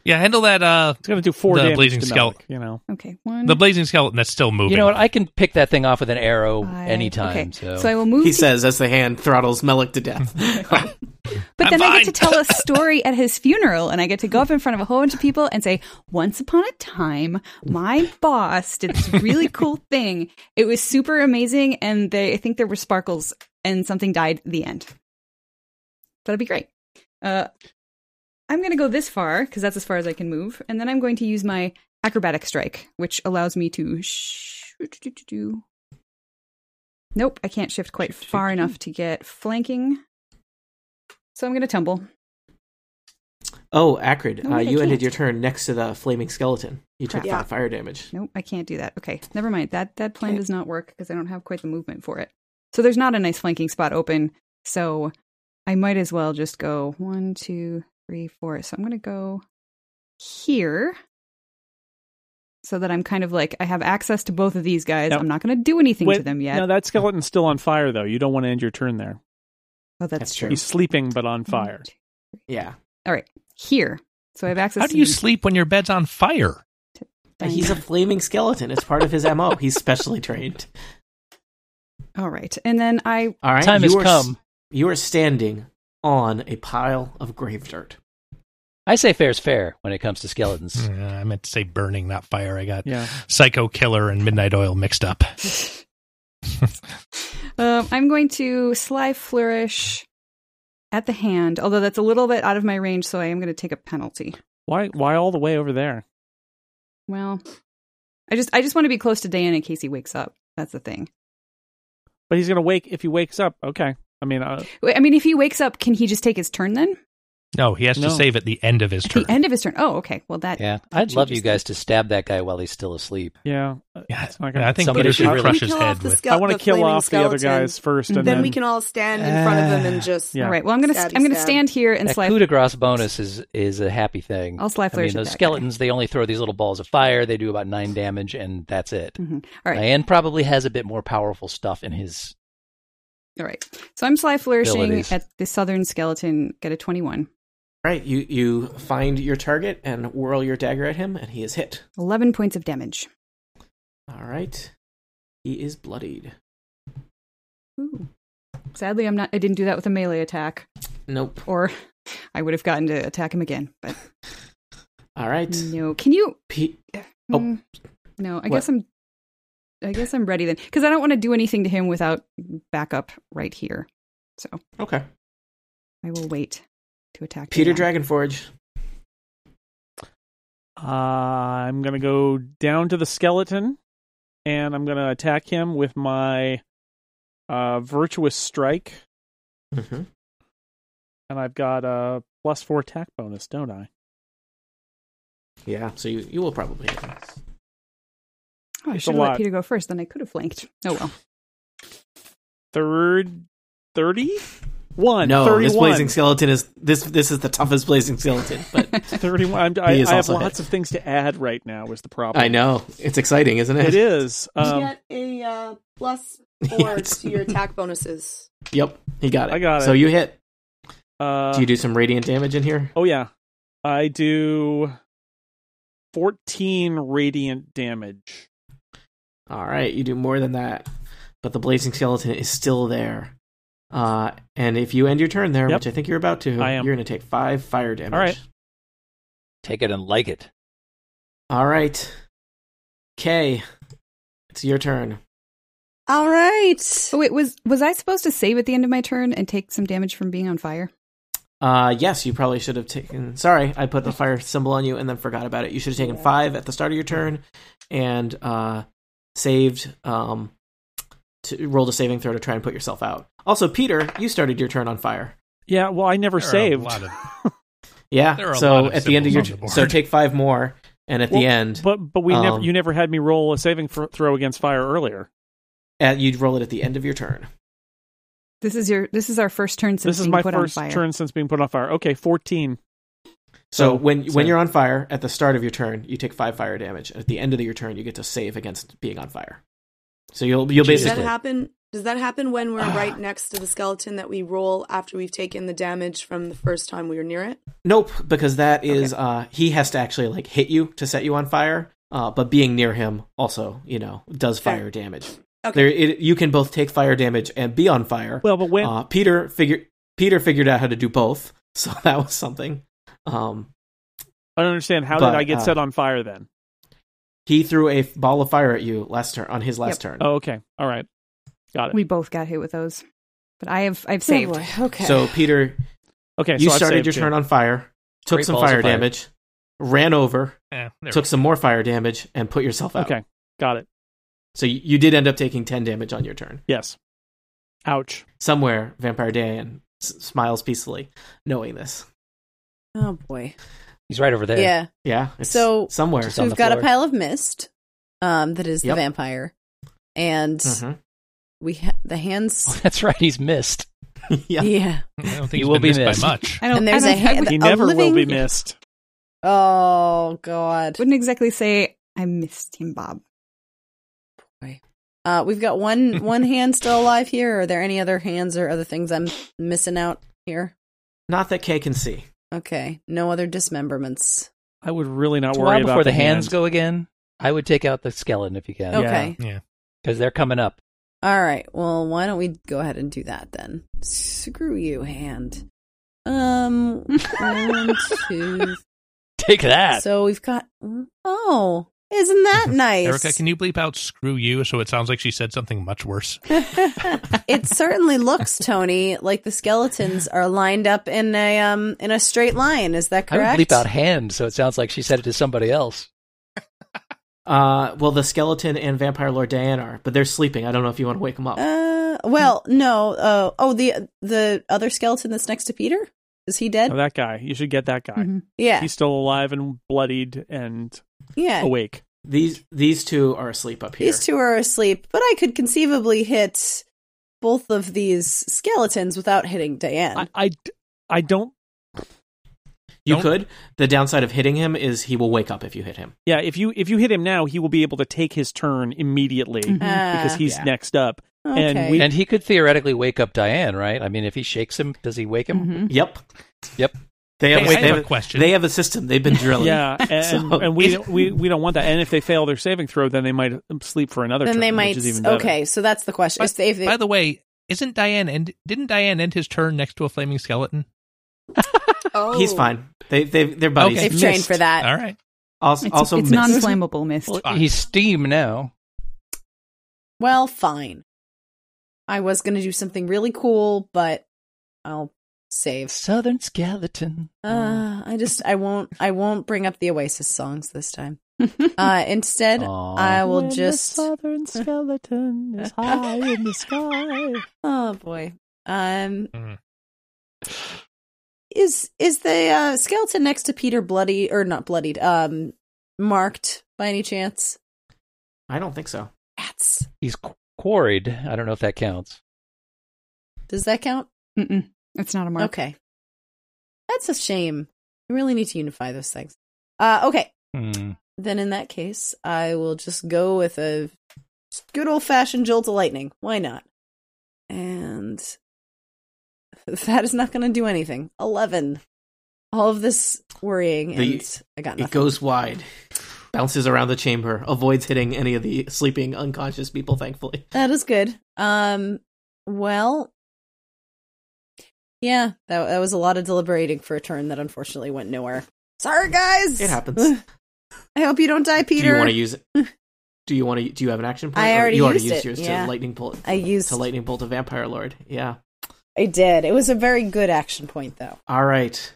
Speaker 5: Yeah, handle that. Uh,
Speaker 1: It's going to do four
Speaker 5: The
Speaker 1: damage
Speaker 5: blazing
Speaker 1: to
Speaker 5: skeleton.
Speaker 1: Malik, You know,
Speaker 3: Okay. One.
Speaker 5: the blazing skeleton that's still moving.
Speaker 6: You know what? I can pick that thing off with an arrow
Speaker 3: five.
Speaker 6: Oh, anytime.
Speaker 3: Okay.
Speaker 6: So,
Speaker 3: I will move.
Speaker 2: he
Speaker 3: to-
Speaker 2: says as the hand throttles Melik to death.
Speaker 3: but then
Speaker 5: I'm
Speaker 3: I get to
Speaker 5: fine.
Speaker 3: tell a story at his funeral, and I get to go up in front of a whole bunch of people and say, "Once upon a time, my boss did this really cool thing. It was super amazing, and they, I think there were sparkles, and something died at the end. That'll be great." Uh, I'm going to go this far because that's as far as I can move, and then I'm going to use my acrobatic strike, which allows me to. Sh- nope, I can't shift quite far enough to get flanking, so I'm going to tumble.
Speaker 2: oh, Acrid,
Speaker 3: No,
Speaker 2: uh,
Speaker 3: wait, I
Speaker 2: you ended
Speaker 3: can't.
Speaker 2: your turn next to the flaming skeleton. You took
Speaker 3: Crap.
Speaker 2: fi-
Speaker 4: Yeah.
Speaker 2: fire damage.
Speaker 3: Nope, I can't do that. Okay, never mind. That that plan
Speaker 4: Okay.
Speaker 3: does not work because I don't have quite the movement for it. So there's not a nice flanking spot open. So I might as well just go one, two, three, four. So I'm gonna go here. So that I'm kind of like I have access to both of these guys.
Speaker 1: Now-
Speaker 3: I'm not gonna do anything
Speaker 1: Wait,
Speaker 3: to them yet.
Speaker 1: Now that skeleton's still on fire, though. You don't want to end your turn there.
Speaker 3: oh, that's,
Speaker 2: That's true.
Speaker 1: He's sleeping but on fire.
Speaker 4: Mm.
Speaker 2: Yeah,
Speaker 3: All right, here. So I have access.
Speaker 5: How
Speaker 3: to
Speaker 5: do you
Speaker 3: these
Speaker 5: sleep when your bed's on fire?
Speaker 3: things.
Speaker 2: he's a flaming skeleton. It's part of his mo. He's specially trained.
Speaker 3: All right, and then I
Speaker 2: All right,
Speaker 6: time
Speaker 2: you
Speaker 6: has
Speaker 2: are s-
Speaker 6: come.
Speaker 2: You are standing on a pile of grave dirt.
Speaker 6: I say fair's fair when it comes to
Speaker 3: Mm.
Speaker 6: skeletons.
Speaker 5: Yeah, I meant to say burning, not fire. I got
Speaker 1: Yeah.
Speaker 5: Psycho Killer and Midnight Oil mixed up.
Speaker 3: Um, I'm going to sly flourish at the hand, although that's a little bit out of my range, so I am going to take a penalty.
Speaker 1: Why? Why all the way over there?
Speaker 3: Well, I just I just want to be close to Dan in case he wakes up. That's the thing.
Speaker 1: But he's going to wake if he wakes up. Okay. I mean, uh,
Speaker 3: Wait, I mean, if he wakes up, can he just take his turn then?
Speaker 5: No, he has
Speaker 1: No.
Speaker 5: to save at the end of his
Speaker 3: At
Speaker 5: turn.
Speaker 3: the end of his turn. Oh, okay. Well, that
Speaker 6: Yeah,
Speaker 3: that
Speaker 6: I'd love
Speaker 3: changes
Speaker 6: you guys to stab that guy while he's still asleep.
Speaker 1: yeah. uh,
Speaker 5: yeah,
Speaker 1: It's not gonna-
Speaker 5: I think
Speaker 6: Somebody
Speaker 5: Peter
Speaker 6: should
Speaker 5: should
Speaker 6: really-
Speaker 5: crush his
Speaker 4: Kill off
Speaker 5: head
Speaker 4: the
Speaker 5: with.
Speaker 4: skele-
Speaker 1: I want to
Speaker 4: the
Speaker 1: kill
Speaker 4: flaming
Speaker 1: off the other
Speaker 4: skeleton. Mm.
Speaker 1: guys first, and
Speaker 4: Then,
Speaker 1: then, Ah,
Speaker 4: we can all stand in front of them and just.
Speaker 1: Yeah.
Speaker 3: All right. Well, I'm gonna
Speaker 4: Stabby
Speaker 3: I'm gonna
Speaker 4: stab.
Speaker 3: stand here and
Speaker 6: That
Speaker 3: sly.
Speaker 6: coup de grace bonus is is a happy thing.
Speaker 3: I'll sly
Speaker 6: I mean,
Speaker 3: flourish. at
Speaker 6: those
Speaker 3: that guy.
Speaker 6: skeletons they only throw these little balls of fire. They do about nine damage, and that's it.
Speaker 3: Mhm. All right.
Speaker 6: And probably has a bit more powerful stuff in his.
Speaker 3: All right. So I'm sly flourishing
Speaker 6: Abilities.
Speaker 3: at the southern skeleton. Get a 21.
Speaker 2: All Right, you you find your target and whirl your dagger at him, and he is hit.
Speaker 3: 11 points of damage.
Speaker 2: All right, he is bloodied.
Speaker 3: Ooh. Sadly, I'm not. I didn't do that with a melee attack
Speaker 2: Nope.
Speaker 3: or I would have gotten to attack him again, but
Speaker 2: All right.
Speaker 3: no. Can you?
Speaker 2: P- Oh.
Speaker 3: Mm, no. I
Speaker 2: What?
Speaker 3: guess I'm. I guess I'm ready then, because I don't want to do anything to him without backup right here. So
Speaker 2: okay.
Speaker 3: I will wait to attack.
Speaker 2: Peter
Speaker 3: Dragon.
Speaker 2: Dragonforge.
Speaker 1: Uh, I'm gonna go down to the skeleton, and I'm gonna attack him with my uh, virtuous strike,
Speaker 2: Mm-hmm.
Speaker 1: and I've got a plus four attack bonus, don't I?
Speaker 2: Yeah. So you, you will probably hit him.
Speaker 3: Oh, I
Speaker 1: It's a
Speaker 3: should have let
Speaker 1: lot.
Speaker 3: Peter go first. Then I could have flanked. Oh well.
Speaker 1: Third, thirty one.
Speaker 2: No, this
Speaker 1: 31.
Speaker 2: blazing skeleton is this. This is the toughest blazing skeleton, but
Speaker 1: 31. I'm, I,
Speaker 2: He is
Speaker 1: I have
Speaker 2: also hit.
Speaker 1: lots of things to add right now. Was the problem?
Speaker 2: I know it's exciting, isn't it?
Speaker 1: It is.
Speaker 4: You
Speaker 1: Um,
Speaker 4: get a uh, plus four
Speaker 2: Yes.
Speaker 4: to your attack bonuses.
Speaker 2: Yep, he got it.
Speaker 1: I got
Speaker 2: So
Speaker 1: it.
Speaker 2: you hit.
Speaker 1: uh,
Speaker 2: do you do some radiant damage in here?
Speaker 1: oh yeah, I do fourteen radiant damage.
Speaker 2: All right, you do more than that, but the blazing skeleton is still there. Uh, and if you end your turn there,
Speaker 1: Yep.
Speaker 2: which I think you're about to,
Speaker 1: I am.
Speaker 2: you're going to take five fire damage.
Speaker 1: All right.
Speaker 6: Take it and like it.
Speaker 2: All right. Kay, it's your turn.
Speaker 7: All right.
Speaker 3: Oh wait, was was I supposed to save at the end of my turn and take some damage from being on fire?
Speaker 2: Uh, yes, you probably should have taken. Sorry, I put the fire symbol on you and then forgot about it. You should have taken five at the start of your turn, and uh, saved. Um, to rolled a saving throw to try and put yourself out. Also, Peter, you started your turn on fire.
Speaker 1: Yeah. Well, I never
Speaker 5: There are a
Speaker 1: saved.
Speaker 5: lot of-
Speaker 2: Yeah.
Speaker 5: There are a lot
Speaker 2: so
Speaker 5: of
Speaker 2: at the end of your
Speaker 5: symbols
Speaker 2: turn,
Speaker 5: on the
Speaker 2: so
Speaker 5: board.
Speaker 2: take five more, and at the
Speaker 1: Well,
Speaker 2: end,
Speaker 1: But but we never
Speaker 2: Um,
Speaker 1: you never had me roll a saving fr- throw against fire earlier.
Speaker 2: at, you'd roll it at the end of your turn.
Speaker 3: This is your this is our first turn since
Speaker 1: This is
Speaker 3: being
Speaker 1: my
Speaker 3: put
Speaker 1: first
Speaker 3: on fire.
Speaker 1: turn since being put on fire. Okay, fourteen.
Speaker 2: So
Speaker 1: So,
Speaker 2: when
Speaker 1: so-
Speaker 2: when you're on fire, at the start of your turn, you take five fire damage. At the end of your turn, you get to save against being on fire. So you'll you'll
Speaker 4: Does
Speaker 2: basically
Speaker 4: that happen? Does that happen when we're right next to the skeleton that we roll after we've taken the damage from the first time we were near it?
Speaker 2: Nope, because that is uh he has to actually like hit you to set you on fire. Uh, but being near him also, you know, does
Speaker 4: Fair.
Speaker 2: fire damage.
Speaker 4: Okay.
Speaker 2: There, it, you can both take fire damage and be on fire.
Speaker 1: Well, but when
Speaker 2: uh, Peter figured Peter figured out how to do both, so that was something. Um,
Speaker 1: I don't understand how
Speaker 2: but,
Speaker 1: did I get
Speaker 2: uh,
Speaker 1: set on fire then?
Speaker 2: he threw a f- ball of fire at you last turn on his last turn.
Speaker 1: Oh, okay. All right. Got it.
Speaker 3: We both got hit with those, but I have I've saved.
Speaker 7: Oh, boy. Okay.
Speaker 2: So Peter,
Speaker 1: Okay,
Speaker 2: you
Speaker 1: so I've
Speaker 2: started
Speaker 1: saved
Speaker 2: your
Speaker 1: too.
Speaker 2: turn on fire, took
Speaker 6: Great
Speaker 2: some
Speaker 6: balls of
Speaker 2: fire
Speaker 6: fire.
Speaker 2: damage, ran over,
Speaker 5: eh, there
Speaker 2: took some more fire damage, and put yourself out.
Speaker 1: Okay. Got it.
Speaker 2: So you, you did end up taking ten damage on your turn.
Speaker 1: Yes. Ouch.
Speaker 2: somewhere vampire dan s- smiles peacefully knowing this
Speaker 7: oh boy.
Speaker 6: He's right over there.
Speaker 7: Yeah.
Speaker 2: yeah it's
Speaker 7: So-
Speaker 2: somewhere
Speaker 6: It's
Speaker 7: So
Speaker 6: on
Speaker 7: we've
Speaker 6: the
Speaker 7: got a
Speaker 6: floor.
Speaker 7: pile of mist, um, that is
Speaker 2: Yep.
Speaker 7: the vampire, and
Speaker 2: Mhm.
Speaker 7: we ha- the hands.
Speaker 6: Oh, that's right. He's missed.
Speaker 2: Oh, yeah.
Speaker 7: Yeah.
Speaker 5: I don't
Speaker 6: You
Speaker 5: think he's
Speaker 6: will
Speaker 5: been
Speaker 6: be
Speaker 5: missed
Speaker 6: missed.
Speaker 5: by much.
Speaker 3: I don't.
Speaker 7: And there's
Speaker 3: I
Speaker 7: a
Speaker 3: don't, I
Speaker 7: hand-
Speaker 3: would,
Speaker 1: He
Speaker 7: A
Speaker 1: never will be
Speaker 7: living-
Speaker 1: missed.
Speaker 7: Oh God.
Speaker 3: wouldn't exactly say I missed him, Bob.
Speaker 7: Uh, we've got one one hand still alive here. Are there any other hands or other things I'm missing out here?
Speaker 2: not that kay can see
Speaker 7: Okay, no other dismemberments.
Speaker 1: I would really not
Speaker 6: It's a
Speaker 1: worry
Speaker 6: while
Speaker 1: about
Speaker 6: before the
Speaker 1: hand.
Speaker 6: hands go again. I would take out the skeleton if you can,
Speaker 1: Yeah.
Speaker 7: Okay,
Speaker 5: Yeah.
Speaker 6: because they're coming up.
Speaker 7: all right. Well, why don't we go ahead and do that then? Screw you, hand. Um, one, two.
Speaker 6: Take that.
Speaker 7: So we've got. Oh, isn't that nice?
Speaker 5: Erica, can you bleep out "screw you" so it sounds like she said something much worse?
Speaker 7: it certainly looks, Tony, like the skeletons are lined up in a um in a straight line. Is that
Speaker 6: I
Speaker 7: correct?
Speaker 6: would bleep out hand, so it sounds like she said it to somebody else.
Speaker 2: uh well the skeleton and vampire lord dan are but they're sleeping i don't know if you want to wake them up
Speaker 7: Uh, well, no. Uh, oh, the the other skeleton that's next to Peter is he dead?
Speaker 1: Oh, that guy. You should get that guy.
Speaker 3: Mhm.
Speaker 7: yeah,
Speaker 1: He's still alive and bloodied and
Speaker 7: yeah.
Speaker 1: awake.
Speaker 2: these these two are asleep up here
Speaker 7: These two are asleep, but I could conceivably hit both of these skeletons without hitting Diane.
Speaker 1: I, I, d- I don't.
Speaker 2: you
Speaker 5: Don't-
Speaker 2: could the downside of hitting him is he will wake up if you hit him
Speaker 1: Yeah, if you if you hit him now, he will be able to take his turn immediately
Speaker 7: Ah,
Speaker 1: because he's
Speaker 2: yeah.
Speaker 1: next up. and
Speaker 7: okay.
Speaker 1: we-
Speaker 6: And he could theoretically wake up Diane, right? I mean, if he shakes him, does he wake him?
Speaker 3: Mhm.
Speaker 2: yep
Speaker 6: Yep.
Speaker 2: they have,
Speaker 5: Mm-hmm. Hey, I
Speaker 2: they
Speaker 5: have
Speaker 2: have
Speaker 5: a question.
Speaker 2: they have a system they've been drilling
Speaker 1: Yeah, and,
Speaker 2: So-
Speaker 1: and we, we we don't want that. And if they fail their saving throw, then they might sleep for another.
Speaker 7: then
Speaker 1: turn,
Speaker 7: they might.
Speaker 1: Which is even better.
Speaker 7: Okay, so that's the question. If they- if they-
Speaker 5: By the way, isn't Diane and didn't Diane end his turn next to a flaming skeleton?
Speaker 4: Oh,
Speaker 2: He's fine. They they they're buddies.
Speaker 5: Okay.
Speaker 7: They've trained for that.
Speaker 5: All right.
Speaker 2: Also,
Speaker 3: It's,
Speaker 2: also
Speaker 3: it's
Speaker 2: missed.
Speaker 3: non-flammable mist.
Speaker 1: Uh,
Speaker 6: Well, he's steam now.
Speaker 7: Well, fine. I was going to do something really cool, but I'll save.
Speaker 6: Southern skeleton.
Speaker 7: Uh, I just I won't I won't bring up the Oasis songs this time. Uh, instead,
Speaker 6: Aw.
Speaker 7: I will just
Speaker 1: southern skeleton is high in the sky.
Speaker 7: Oh boy. Um
Speaker 5: Mhm.
Speaker 7: Is is the uh, skeleton next to Peter bloody or not bloodied? Um marked by any chance?
Speaker 2: I don't think so.
Speaker 7: Rats.
Speaker 6: He's qu- quarried. I don't know if that counts.
Speaker 7: Does that count?
Speaker 3: Mm-mm. It's not a mark.
Speaker 7: Okay. That's a shame. We really need to unify those things. Uh okay.
Speaker 6: Hmm.
Speaker 7: Then in that case, I will just go with a good old fashioned jolt of lightning. Why not? And that is not going to do anything. 11. All of this worrying, and
Speaker 2: The-
Speaker 7: I got
Speaker 2: It
Speaker 7: nothing.
Speaker 2: goes wide, bounces around the chamber, avoids hitting any of the sleeping unconscious people. Thankfully,
Speaker 7: that is good. Um, well, yeah, that, that was a lot of deliberating for a turn that unfortunately went nowhere. Sorry, guys.
Speaker 2: it happens.
Speaker 7: I hope you don't die,
Speaker 2: do you
Speaker 7: Peter.
Speaker 2: want to use it? Do you want to? Do you have an action point?
Speaker 7: I
Speaker 2: Or
Speaker 7: already
Speaker 2: you already
Speaker 7: used
Speaker 2: used
Speaker 7: it,
Speaker 2: yours
Speaker 7: yeah.
Speaker 2: to lightning bolt.
Speaker 7: I used.
Speaker 2: To lightning bolt a vampire lord. Yeah.
Speaker 7: I did. It was a very good action point, though.
Speaker 2: All right.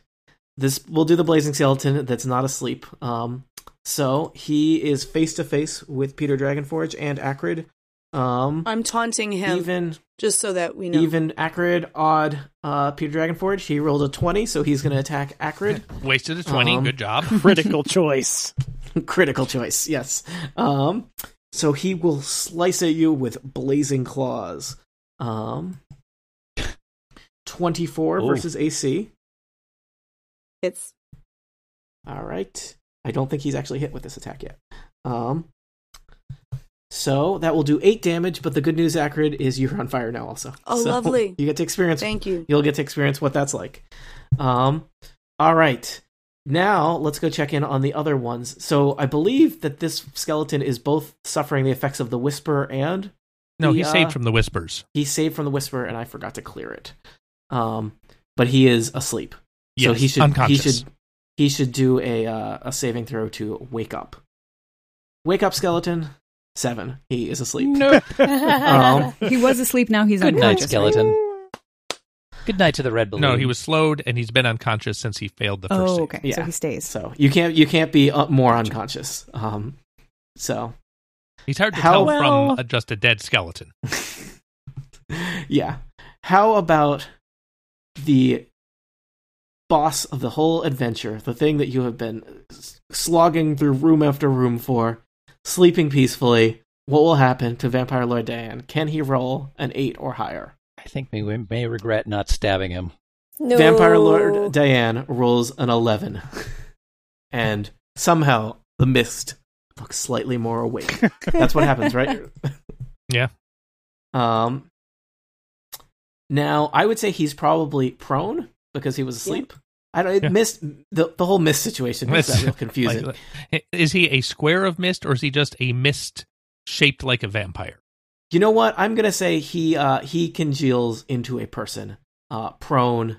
Speaker 2: This we'll do the blazing skeleton that's not asleep. Um, so he is face to face with Peter Dragonforge and Acrid. Um,
Speaker 4: I'm taunting him
Speaker 2: even
Speaker 4: just so that we know.
Speaker 2: even Acrid, odd uh, Peter Dragonforge. He rolled a twenty, so he's going to attack Acrid.
Speaker 5: Wasted a 20.
Speaker 2: Um,
Speaker 5: Good job.
Speaker 1: Critical choice.
Speaker 2: Critical choice, yes. Um, so he will slice at you with blazing claws. Um, twenty-four
Speaker 6: Ooh.
Speaker 2: versus AC.
Speaker 4: it's
Speaker 2: All right. I don't think he's actually hit with this attack yet. Um, so that will do eight damage, but the good news, Acrid, is you're on fire now. Also,
Speaker 4: Oh,
Speaker 2: So
Speaker 4: lovely.
Speaker 2: You get to experience.
Speaker 4: thank you.
Speaker 2: You'll get to experience what that's like. Um, all right. Now let's go check in on the other ones. So I believe that this skeleton is both suffering the effects of the whisper and
Speaker 5: No,
Speaker 2: the,
Speaker 5: he's saved
Speaker 2: uh,
Speaker 5: from the whispers.
Speaker 2: he saved from the whisper, and I forgot to clear it. Um, but he is asleep.
Speaker 5: Yes,
Speaker 2: so he should
Speaker 5: unconscious.
Speaker 2: he should he should do a uh, a saving throw to wake up. Wake up, skeleton. Seven. He is asleep.
Speaker 6: Nope.
Speaker 2: Um,
Speaker 3: He was asleep. Now he's
Speaker 6: Good night,
Speaker 3: unconscious.
Speaker 6: skeleton. Good night to the red balloon.
Speaker 5: No, he was slowed and he's been unconscious since he failed the first
Speaker 3: Oh,
Speaker 5: save.
Speaker 3: okay. So
Speaker 2: Yeah.
Speaker 3: he stays.
Speaker 2: so you can't you can't be uh, more unconscious. Um, so
Speaker 5: He's hard to
Speaker 2: How
Speaker 5: tell
Speaker 2: well-
Speaker 5: from uh, just a dead skeleton.
Speaker 2: yeah. How about the boss of the whole adventure, the thing that you have been s- slogging through room after room for, sleeping peacefully? What will happen to Vampire Lord Dan? Can he roll an eight or higher?
Speaker 6: I think we we may regret not stabbing him.
Speaker 8: No.
Speaker 2: Vampire Lord Diane rolls an 11. And somehow the mist looks slightly more awake. That's what happens, right?
Speaker 5: Yeah.
Speaker 2: Um Now, I would say he's probably prone because he was asleep. I don't it
Speaker 5: Yeah.
Speaker 2: missed the the whole mist situation makes that
Speaker 5: Mist.
Speaker 2: real confusing.
Speaker 5: Like, is he a square of mist or is he just a mist shaped like a vampire?
Speaker 2: you know what? I'm going to say he uh he congeals into a person. Uh prone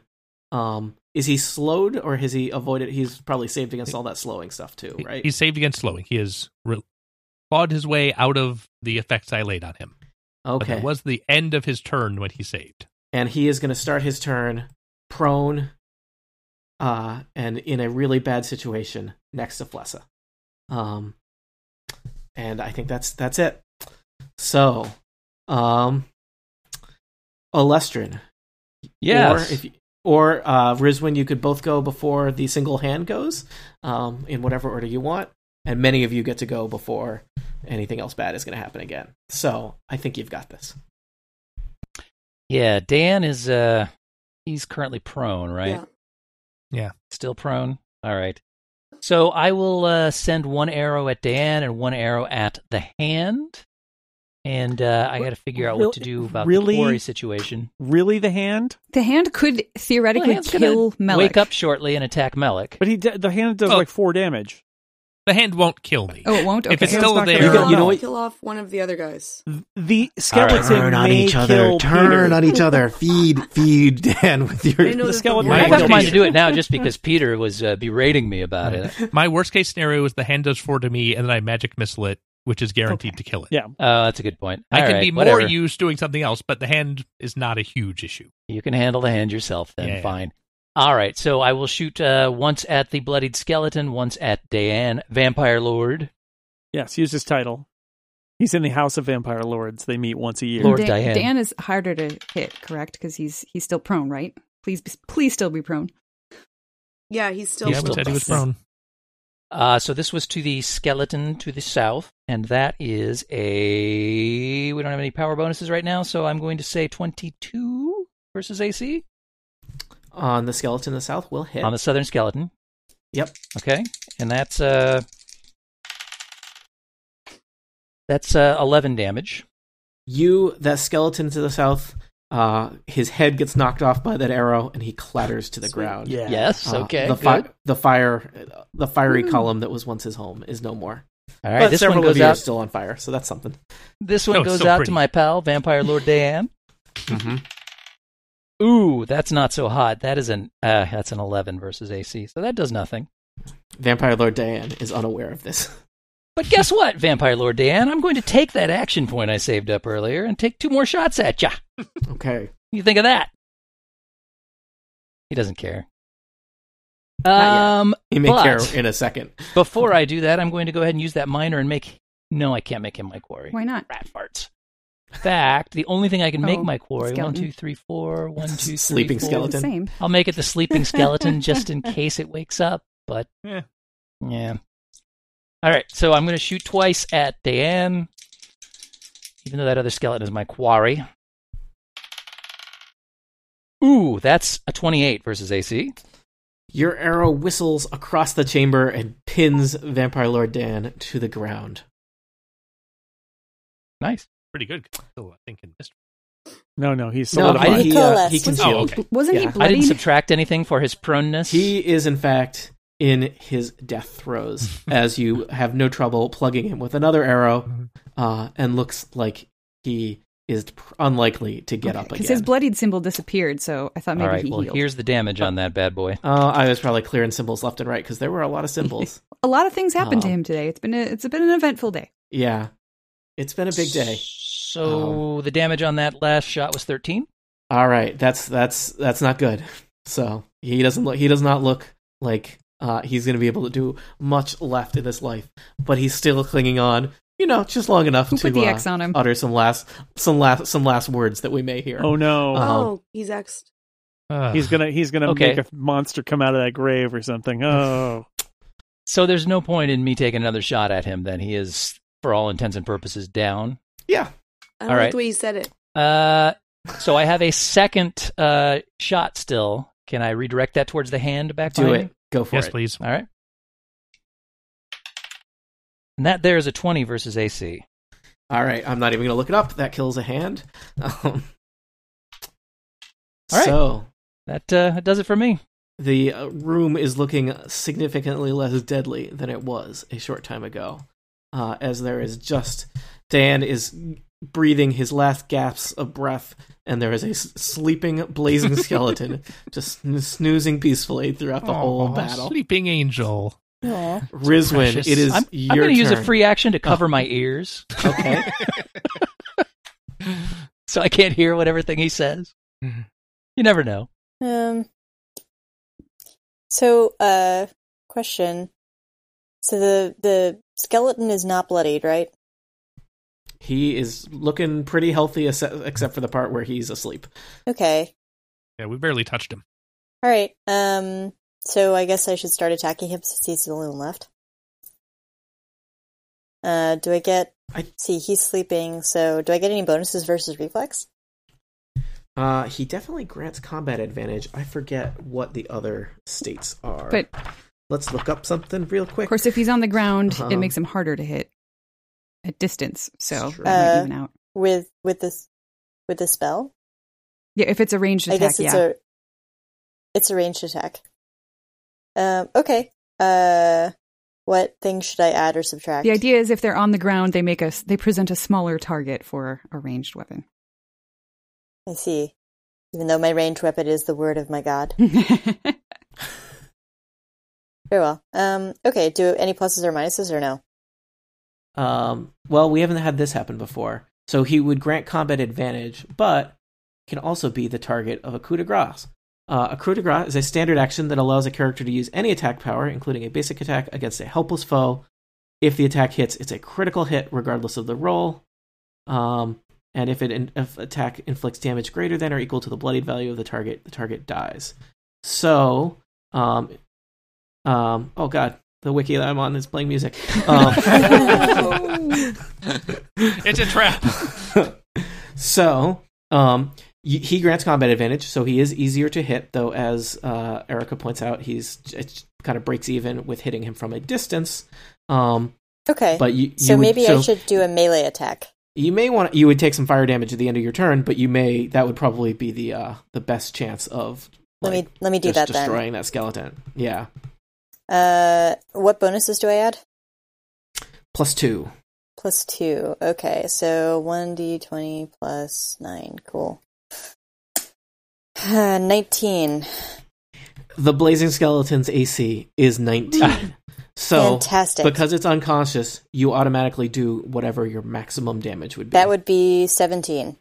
Speaker 2: um is he slowed or has he avoided he's probably saved against all that slowing stuff too,
Speaker 5: He-
Speaker 2: right?
Speaker 5: He's saved against slowing. He has re- clawed his way out of the effects I laid on him. But
Speaker 2: okay.
Speaker 5: that was the end of his turn when he saved.
Speaker 2: and he is going to start his turn prone uh and in a really bad situation next to Flessa. Um and I think that's that's it. So, um Alestrin
Speaker 6: Yes.
Speaker 2: or if you, or uh Rizwin you could both go before the single hand goes um in whatever order you want and many of you get to go before anything else bad is going to happen again. So, I think you've got this.
Speaker 6: yeah, Dan is uh he's currently prone, right?
Speaker 4: Yeah.
Speaker 6: Still prone. All right. So I will uh send one arrow at Dan and one arrow at the hand. And uh, I got to figure out what to do about
Speaker 1: Really?
Speaker 6: the quarry situation.
Speaker 1: Really, the hand?
Speaker 3: The hand could
Speaker 6: Well,
Speaker 3: theoretically
Speaker 6: Han's gonna
Speaker 3: kill Melik.
Speaker 6: Wake up shortly and attack Melik.
Speaker 1: But he d- the hand does
Speaker 5: Oh.
Speaker 1: like four damage.
Speaker 5: The hand won't kill me.
Speaker 3: Oh, it won't. Okay.
Speaker 5: If it's
Speaker 1: Hand's
Speaker 5: still
Speaker 1: not gonna
Speaker 5: there,
Speaker 2: You
Speaker 1: kill
Speaker 2: go- you know what-
Speaker 4: Kill off one of the other guys.
Speaker 1: The skeleton
Speaker 2: Turn on
Speaker 1: may
Speaker 2: each other.
Speaker 1: kill
Speaker 2: Turn
Speaker 1: Peter.
Speaker 2: on each other. Feed, feed Dan with your.
Speaker 4: I know
Speaker 1: the
Speaker 4: that
Speaker 1: skeleton-
Speaker 4: word-
Speaker 6: I
Speaker 5: Might
Speaker 6: left
Speaker 5: kill
Speaker 6: mine to
Speaker 5: Peter.
Speaker 6: do it now just because Peter was uh, berating me about it.
Speaker 5: My worst case scenario is the hand does four to me, and then I magic missile it, which is guaranteed to kill it.
Speaker 1: Yeah.
Speaker 6: Oh, that's a good point.
Speaker 5: I
Speaker 6: All
Speaker 5: can
Speaker 6: right,
Speaker 5: be more
Speaker 6: whatever.
Speaker 5: used doing something else, but the hand is not a huge issue.
Speaker 6: You can handle the hand yourself then.
Speaker 5: Yeah, yeah.
Speaker 6: Fine. All right. So I will shoot uh, once at the bloodied skeleton, once at Diane, vampire lord,
Speaker 1: Yes, use his title. He's in the House of Vampire Lords. They meet once a year.
Speaker 6: Lord
Speaker 3: Dan,
Speaker 6: Diane.
Speaker 3: Dan is harder to hit, correct? Because he's he's still prone, right? Please, please still be prone.
Speaker 4: Yeah, he's still.
Speaker 5: Yeah,
Speaker 6: we
Speaker 5: we
Speaker 4: with
Speaker 5: said he was
Speaker 4: us.
Speaker 5: prone.
Speaker 6: Uh, so this was to the skeleton to the south, and that is a. We don't have any power bonuses right now, so I'm going to say 22 versus AC
Speaker 2: On the skeleton in the south will hit.
Speaker 6: on the southern skeleton.
Speaker 2: Yep.
Speaker 6: Okay, and that's uh, that's uh, 11 damage.
Speaker 2: You, that skeleton to the south, uh, his head gets knocked off by that arrow and he clatters to the ground.
Speaker 1: Yeah.
Speaker 6: Yes.
Speaker 2: Uh,
Speaker 6: okay.
Speaker 2: The,
Speaker 6: good. Hmm.
Speaker 2: fi- the fire, the fiery column that was once his home is no more.
Speaker 6: All
Speaker 2: All
Speaker 6: right.
Speaker 2: right, but
Speaker 6: this one
Speaker 2: several of
Speaker 6: goes
Speaker 2: you are
Speaker 6: out.
Speaker 2: still on fire, so that's something.
Speaker 6: This
Speaker 5: That
Speaker 6: one
Speaker 5: was
Speaker 6: goes
Speaker 5: so
Speaker 6: out
Speaker 5: pretty.
Speaker 6: to my pal, Vampire Lord Diane. Ooh, that's not so hot. That is an uh, that's an 11 versus AC, so that does nothing.
Speaker 2: Vampire Lord Diane is unaware of this.
Speaker 6: But guess what, Vampire Lord Dan? I'm going to take that action point I saved up earlier and take two more shots at ya.
Speaker 2: Okay.
Speaker 6: You think of that? He doesn't care.
Speaker 2: Not
Speaker 6: Um,
Speaker 2: He may
Speaker 6: but
Speaker 2: care in a second.
Speaker 6: before I do that, I'm going to go ahead and use that miner and make. No, I can't make him my quarry.
Speaker 3: Why not?
Speaker 6: Rat farts. In fact, the only thing I can make
Speaker 3: Oh,
Speaker 6: my quarry one,
Speaker 3: skeleton.
Speaker 6: two, three, four, one, two, three,
Speaker 2: Sleeping
Speaker 6: four.
Speaker 2: skeleton.
Speaker 3: It's the same.
Speaker 6: I'll make it the sleeping skeleton just in case it wakes up. But
Speaker 5: Yeah.
Speaker 6: yeah. All right, so I'm going to shoot twice at Diane, even though that other skeleton is my quarry. Ooh, that's a 28 versus AC.
Speaker 2: Your arrow whistles across the chamber and pins Vampire Lord Dan to the ground.
Speaker 6: Nice.
Speaker 5: Pretty good. Still, I think in this.
Speaker 1: No, no, he's
Speaker 2: No,
Speaker 1: solidified.
Speaker 2: I-
Speaker 8: He
Speaker 2: he, uh,
Speaker 8: coalesced.
Speaker 2: he
Speaker 8: What's
Speaker 5: Oh,
Speaker 2: concealed.
Speaker 5: okay.
Speaker 3: Wasn't
Speaker 2: Yeah.
Speaker 3: he
Speaker 2: I
Speaker 6: I didn't
Speaker 3: bloodied?
Speaker 6: subtract anything for his proneness.
Speaker 2: He is, in fact, in his death throes as you have no trouble plugging him with another arrow uh, and looks like he is pr- unlikely to get up again.
Speaker 3: Because his bloodied symbol disappeared, so I thought
Speaker 6: All
Speaker 3: maybe
Speaker 6: right,
Speaker 3: he
Speaker 6: well,
Speaker 3: healed.
Speaker 6: here's the damage on that bad boy.
Speaker 2: uh, I was probably clearing symbols left and right because there were a lot of symbols.
Speaker 3: A lot of things happened to
Speaker 2: Um,
Speaker 3: him today. It's been a, it's been an eventful day.
Speaker 2: yeah. It's been a big day. Oh.
Speaker 6: So the damage on that last shot was 13.
Speaker 2: All right, that's that's that's not good. So he doesn't look. He does not look like uh, he's going to be able to do much left in this life. But he's still clinging on. You know, just long enough
Speaker 3: Who
Speaker 2: to
Speaker 3: put the
Speaker 2: uh,
Speaker 3: X on him?
Speaker 2: utter some last some last some last words that we may hear.
Speaker 1: Oh no,
Speaker 2: Uh,
Speaker 4: Oh, he's axed.
Speaker 5: Uh,
Speaker 1: he's gonna he's gonna
Speaker 6: Okay.
Speaker 1: make a monster come out of that grave or something. Oh,
Speaker 6: So there's no point in me taking another shot at him then. He is, for all intents and purposes, down.
Speaker 2: yeah,
Speaker 4: I don't
Speaker 6: All
Speaker 4: like
Speaker 6: right.
Speaker 4: the way you said it.
Speaker 6: Uh, so I have a second uh, shot still. Can I redirect that towards the hand back
Speaker 2: do
Speaker 6: behind
Speaker 2: it.
Speaker 6: me?
Speaker 2: Go for
Speaker 5: yes,
Speaker 2: it.
Speaker 5: please.
Speaker 6: All right. And that there is a 20 versus AC.
Speaker 2: All right, I'm not even going to look it up. That kills a hand. Um,
Speaker 6: All right.
Speaker 2: So
Speaker 6: That, uh, that does it for me.
Speaker 2: the uh, room is looking significantly less deadly than it was a short time ago, uh, as there is just Dan is breathing his last gasps of breath, and there is a s- sleeping, blazing skeleton just sn- snoozing peacefully throughout the whole
Speaker 5: Aw,
Speaker 2: battle.
Speaker 5: Sleeping angel.
Speaker 8: Aw.
Speaker 2: Rizwin,
Speaker 6: Precious.
Speaker 2: it is
Speaker 6: I'm,
Speaker 2: your
Speaker 6: I'm gonna
Speaker 2: turn.
Speaker 6: use a free action
Speaker 5: Oh.
Speaker 6: to cover my ears
Speaker 2: Okay,
Speaker 6: so I can't hear whatever thing he says.
Speaker 5: Mm-hmm.
Speaker 6: You never know.
Speaker 8: Um. So, uh, question. So the the skeleton is not bloodied, right?
Speaker 2: he is looking pretty healthy, ex- except for the part where he's asleep.
Speaker 8: Okay.
Speaker 5: Yeah, we barely touched him.
Speaker 8: All right. Um. So I guess I should start attacking him since he's the only one left. Uh, do I get?
Speaker 2: I-
Speaker 8: see, he's sleeping. So do I get any bonuses versus reflex?
Speaker 2: Uh, he definitely grants combat advantage. I forget what the other states are.
Speaker 3: But
Speaker 2: Let's look up something real quick.
Speaker 3: of course, if he's on the ground, it
Speaker 2: Um,
Speaker 3: makes him harder to hit at distance. So
Speaker 2: It's
Speaker 3: it
Speaker 2: true.
Speaker 3: might
Speaker 8: Uh,
Speaker 3: even out.
Speaker 8: With with this with the spell,
Speaker 3: Yeah, if it's a ranged
Speaker 8: I
Speaker 3: attack,
Speaker 8: guess it's
Speaker 3: yeah.
Speaker 8: a it's a ranged attack. Um. Okay. Uh. What things should I add or subtract?
Speaker 3: The idea is if they're on the ground, they make us they present a smaller target for a ranged weapon.
Speaker 8: I see. Even though my ranged weapon is the word of my god. Very well. Um, okay, do any pluses or minuses or no?
Speaker 2: Um, well, we haven't had this happen before. So he would grant combat advantage, but can also be the target of a coup de grace. Uh, a coup de grace is a standard action that allows a character to use any attack power, including a basic attack, against a helpless foe. If the attack hits, it's a critical hit, regardless of the roll. Um, and if it in- if attack inflicts damage greater than or equal to the bloodied value of the target, the target dies. So, um, um, oh god, the wiki that I'm on is playing music. Um,
Speaker 5: It's a trap.
Speaker 2: so um y- he grants combat advantage so he is easier to hit though as uh erica points out he's it kind of breaks even with hitting him from a distance um
Speaker 8: Okay.
Speaker 2: but you, you
Speaker 8: so
Speaker 2: would-
Speaker 8: maybe I
Speaker 2: so
Speaker 8: should do a melee attack.
Speaker 2: you may want you would take some fire damage at the end of your turn but you may that would probably be the uh the best chance of
Speaker 8: Let
Speaker 2: like,
Speaker 8: me let me do
Speaker 2: just
Speaker 8: that then.
Speaker 2: destroying that skeleton yeah
Speaker 8: Uh, what bonuses do I add?
Speaker 2: plus two
Speaker 8: Plus two. Okay, so one d twenty plus nine. Cool. Nineteen.
Speaker 2: the blazing skeleton's ac is 19 so
Speaker 8: Fantastic.
Speaker 2: because it's unconscious you automatically do whatever your maximum damage would be
Speaker 8: that would be seventeen.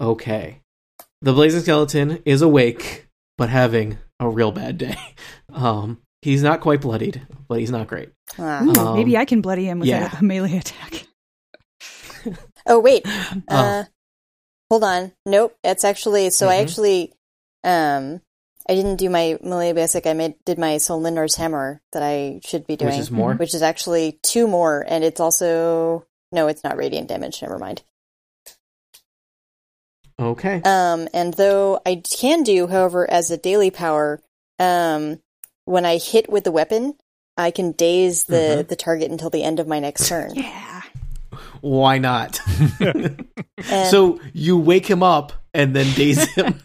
Speaker 2: Okay. The blazing skeleton is awake, but having a real bad day. Um, he's not quite bloodied, but he's not great.
Speaker 8: Ah.
Speaker 3: Hmm,
Speaker 2: Um,
Speaker 3: Maybe I can bloody him with
Speaker 2: yeah.
Speaker 3: a, a melee attack.
Speaker 8: Oh wait.
Speaker 2: Oh.
Speaker 8: Uh, hold on. Nope. That's actually so. I
Speaker 2: Mhm.
Speaker 8: actually, um, I didn't do my melee basic. I made did my Solindar's hammer that I should be doing,
Speaker 2: Which is more.
Speaker 8: which is actually two more, and it's also no, it's not radiant damage. Never mind.
Speaker 2: Okay.
Speaker 8: Um, and though I can do, however, as a daily power, um, when I hit with the weapon, I can daze the
Speaker 2: Mm-hmm.
Speaker 8: the target until the end of my next turn.
Speaker 3: Yeah.
Speaker 2: Why not?
Speaker 8: And-
Speaker 2: so you wake him up and then daze him.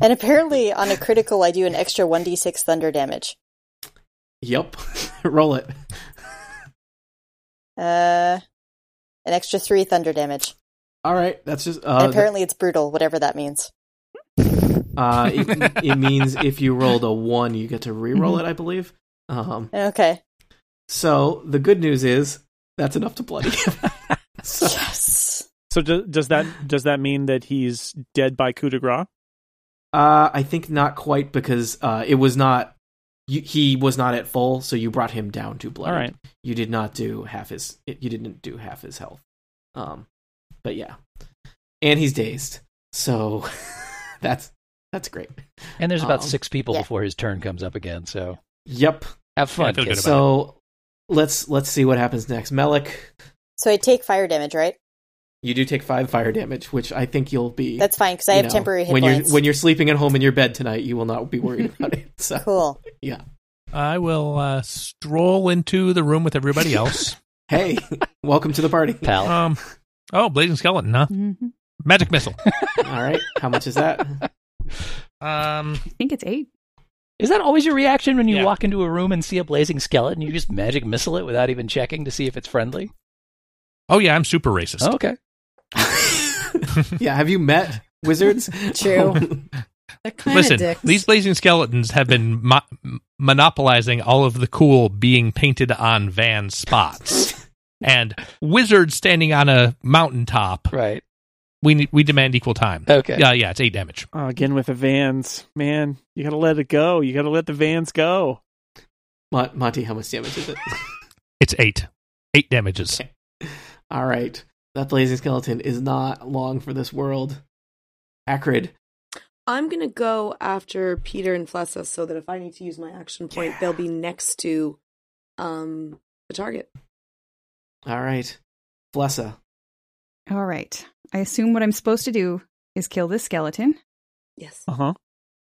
Speaker 8: and apparently on a critical, I do an extra one d six thunder damage.
Speaker 2: yep. Roll it.
Speaker 8: Uh, an extra three thunder damage.
Speaker 2: All right. That's just.
Speaker 8: and
Speaker 2: Uh,
Speaker 8: apparently, it's brutal, whatever that means.
Speaker 2: uh, it, it means if you rolled a one, you get to re-roll it. I believe. Um,
Speaker 8: Okay.
Speaker 2: so the good news is that's enough to bloody him. so,
Speaker 8: Yes.
Speaker 1: So do, does that does that mean that he's dead by coup de grace?
Speaker 2: Uh, I think not quite because uh, it was not. You, he was not at full, so you brought him down to blood.
Speaker 1: All right.
Speaker 2: You did not do half his. You didn't do half his health. Um, but yeah, and he's dazed, so that's that's great.
Speaker 6: And there's about
Speaker 2: Um,
Speaker 6: six people
Speaker 8: yeah.
Speaker 6: before his turn comes up again. So
Speaker 2: Yep.
Speaker 6: have
Speaker 5: Yeah, I
Speaker 6: fun.
Speaker 5: feel good
Speaker 6: kids.
Speaker 5: about
Speaker 2: So let's let's see what happens next. Melik,
Speaker 8: So I take fire damage, right?
Speaker 2: you do take five fire damage, which I think you'll be.
Speaker 8: That's fine because I
Speaker 2: you
Speaker 8: have
Speaker 2: know,
Speaker 8: temporary hit
Speaker 2: when
Speaker 8: points.
Speaker 2: you're when you're sleeping at home in your bed tonight. You will not be worried about it. So
Speaker 8: cool.
Speaker 5: I will uh, stroll into the room with everybody else.
Speaker 2: hey, welcome to the party.
Speaker 6: pal.
Speaker 5: um, oh, blazing skeleton, huh?
Speaker 3: Mhm.
Speaker 5: Magic missile.
Speaker 2: All right, how much is that?
Speaker 5: Um,
Speaker 3: I think it's eight.
Speaker 6: Is that always your reaction when you
Speaker 5: Yeah.
Speaker 6: walk into a room and see a blazing skeleton? You just magic missile it without even checking to see if it's friendly?
Speaker 5: oh yeah, I'm super racist.
Speaker 6: Oh, okay.
Speaker 2: yeah, have you met wizards?
Speaker 7: True. They're kind
Speaker 5: Listen,
Speaker 7: of dicks.
Speaker 5: these blazing skeletons have been mo- m- monopolizing all of the cool being painted on van spots. and wizard standing on a mountaintop.
Speaker 6: Right.
Speaker 5: We need, we demand equal time.
Speaker 6: Okay.
Speaker 5: Yeah, yeah, it's 8 damage.
Speaker 1: Oh, again with the Vans, man. You gotta let it go. You gotta let the Vans go.
Speaker 2: Mon- Monty, how much damage is it?
Speaker 5: It's 8. 8 damages.
Speaker 2: Okay. All right, that blazing skeleton is not long for this world. Acrid.
Speaker 4: I'm gonna go after Peter and Flessa so that if I need to use my action point, they'll be next to um the target.
Speaker 2: All right, Flessa.
Speaker 3: All right. I assume what I'm supposed to do is kill this skeleton.
Speaker 4: Yes. Oh,
Speaker 1: Uh huh.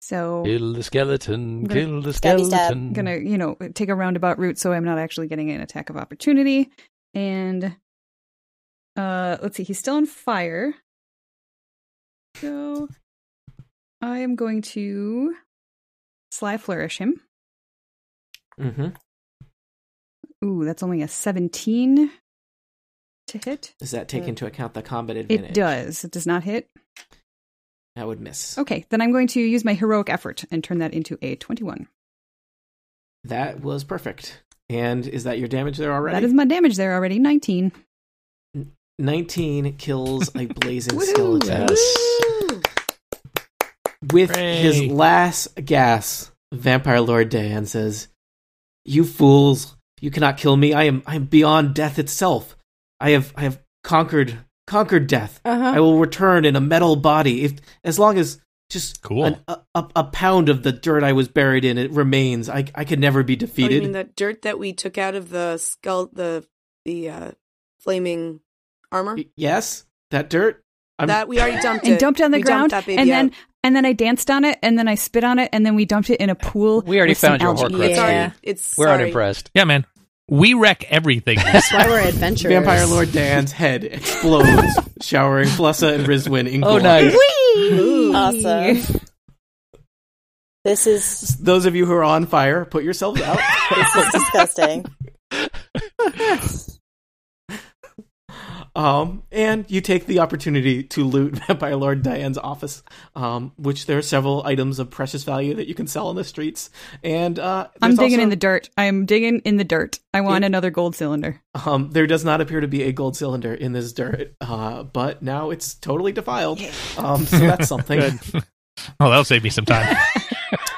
Speaker 3: So
Speaker 6: Kill the skeleton.
Speaker 3: I'm gonna-
Speaker 6: Kill the
Speaker 8: Stabby stab.
Speaker 6: skeleton.
Speaker 3: I'm gonna, you know, take a roundabout route so I'm not actually getting an attack of opportunity. And uh let's see, he's still on fire. So I am going to sly flourish him.
Speaker 2: Mm-hmm.
Speaker 3: Ooh, that's only a 17 to hit.
Speaker 2: Does that take
Speaker 8: Mm.
Speaker 2: into account the combat advantage?
Speaker 3: It does. It does not hit.
Speaker 2: That would miss.
Speaker 3: Okay, then I'm going to use my heroic effort and turn that into a 21.
Speaker 2: That was perfect. And is that your damage there already?
Speaker 3: That is my damage there already. 19.
Speaker 2: 19 kills a blazing
Speaker 3: Woo!
Speaker 2: skeleton
Speaker 6: Yes.
Speaker 2: with
Speaker 5: Hooray.
Speaker 2: his last gasp. Vampire Lord Dan says, "You fools! You cannot kill me. I am I am beyond death itself. I have I have conquered conquered death. I
Speaker 7: Uh-huh.
Speaker 2: will return in a metal body if as long as just
Speaker 5: Cool.
Speaker 2: an- a, a, a pound of the dirt I was buried in it remains. I I could never be
Speaker 4: Oh, you
Speaker 2: defeated.
Speaker 4: mean that dirt that we took out of the skull, the the uh, flaming armor
Speaker 2: Y- yes, that dirt. I'm-
Speaker 4: that we already dumped
Speaker 3: And
Speaker 4: it.
Speaker 3: dumped it on the
Speaker 4: We
Speaker 3: ground.
Speaker 4: that baby
Speaker 3: and
Speaker 4: out.
Speaker 3: then and then I danced on it and then I spit on it and then we dumped it in a pool.
Speaker 6: We already
Speaker 3: with some
Speaker 6: found your
Speaker 3: algae.
Speaker 6: Horcrux.
Speaker 4: it's
Speaker 7: Yeah.
Speaker 4: already it's
Speaker 6: We're
Speaker 4: sorry.
Speaker 6: unimpressed.
Speaker 5: Yeah, man. We wreck everything.
Speaker 7: That's why we're adventurers.
Speaker 2: Vampire Lord Dan's head explodes, showering Flussa and Rizwin in gore.
Speaker 6: Oh, nice.
Speaker 8: Awesome. This is
Speaker 2: Those of you who are on fire, put yourselves out.
Speaker 8: this is disgusting.
Speaker 2: um, and you take the opportunity to loot Vampire Lord Diane's office, um, which there are several items of precious value that you can sell on the streets. And uh,
Speaker 3: I'm
Speaker 2: there's
Speaker 3: digging
Speaker 2: also-
Speaker 3: in the dirt. I'm digging in the dirt. I want
Speaker 2: Yeah.
Speaker 3: another gold cylinder.
Speaker 2: Um, there does not appear to be a gold cylinder in this dirt, uh, but now it's totally defiled. Um, so that's something.
Speaker 5: oh, that'll save me some time.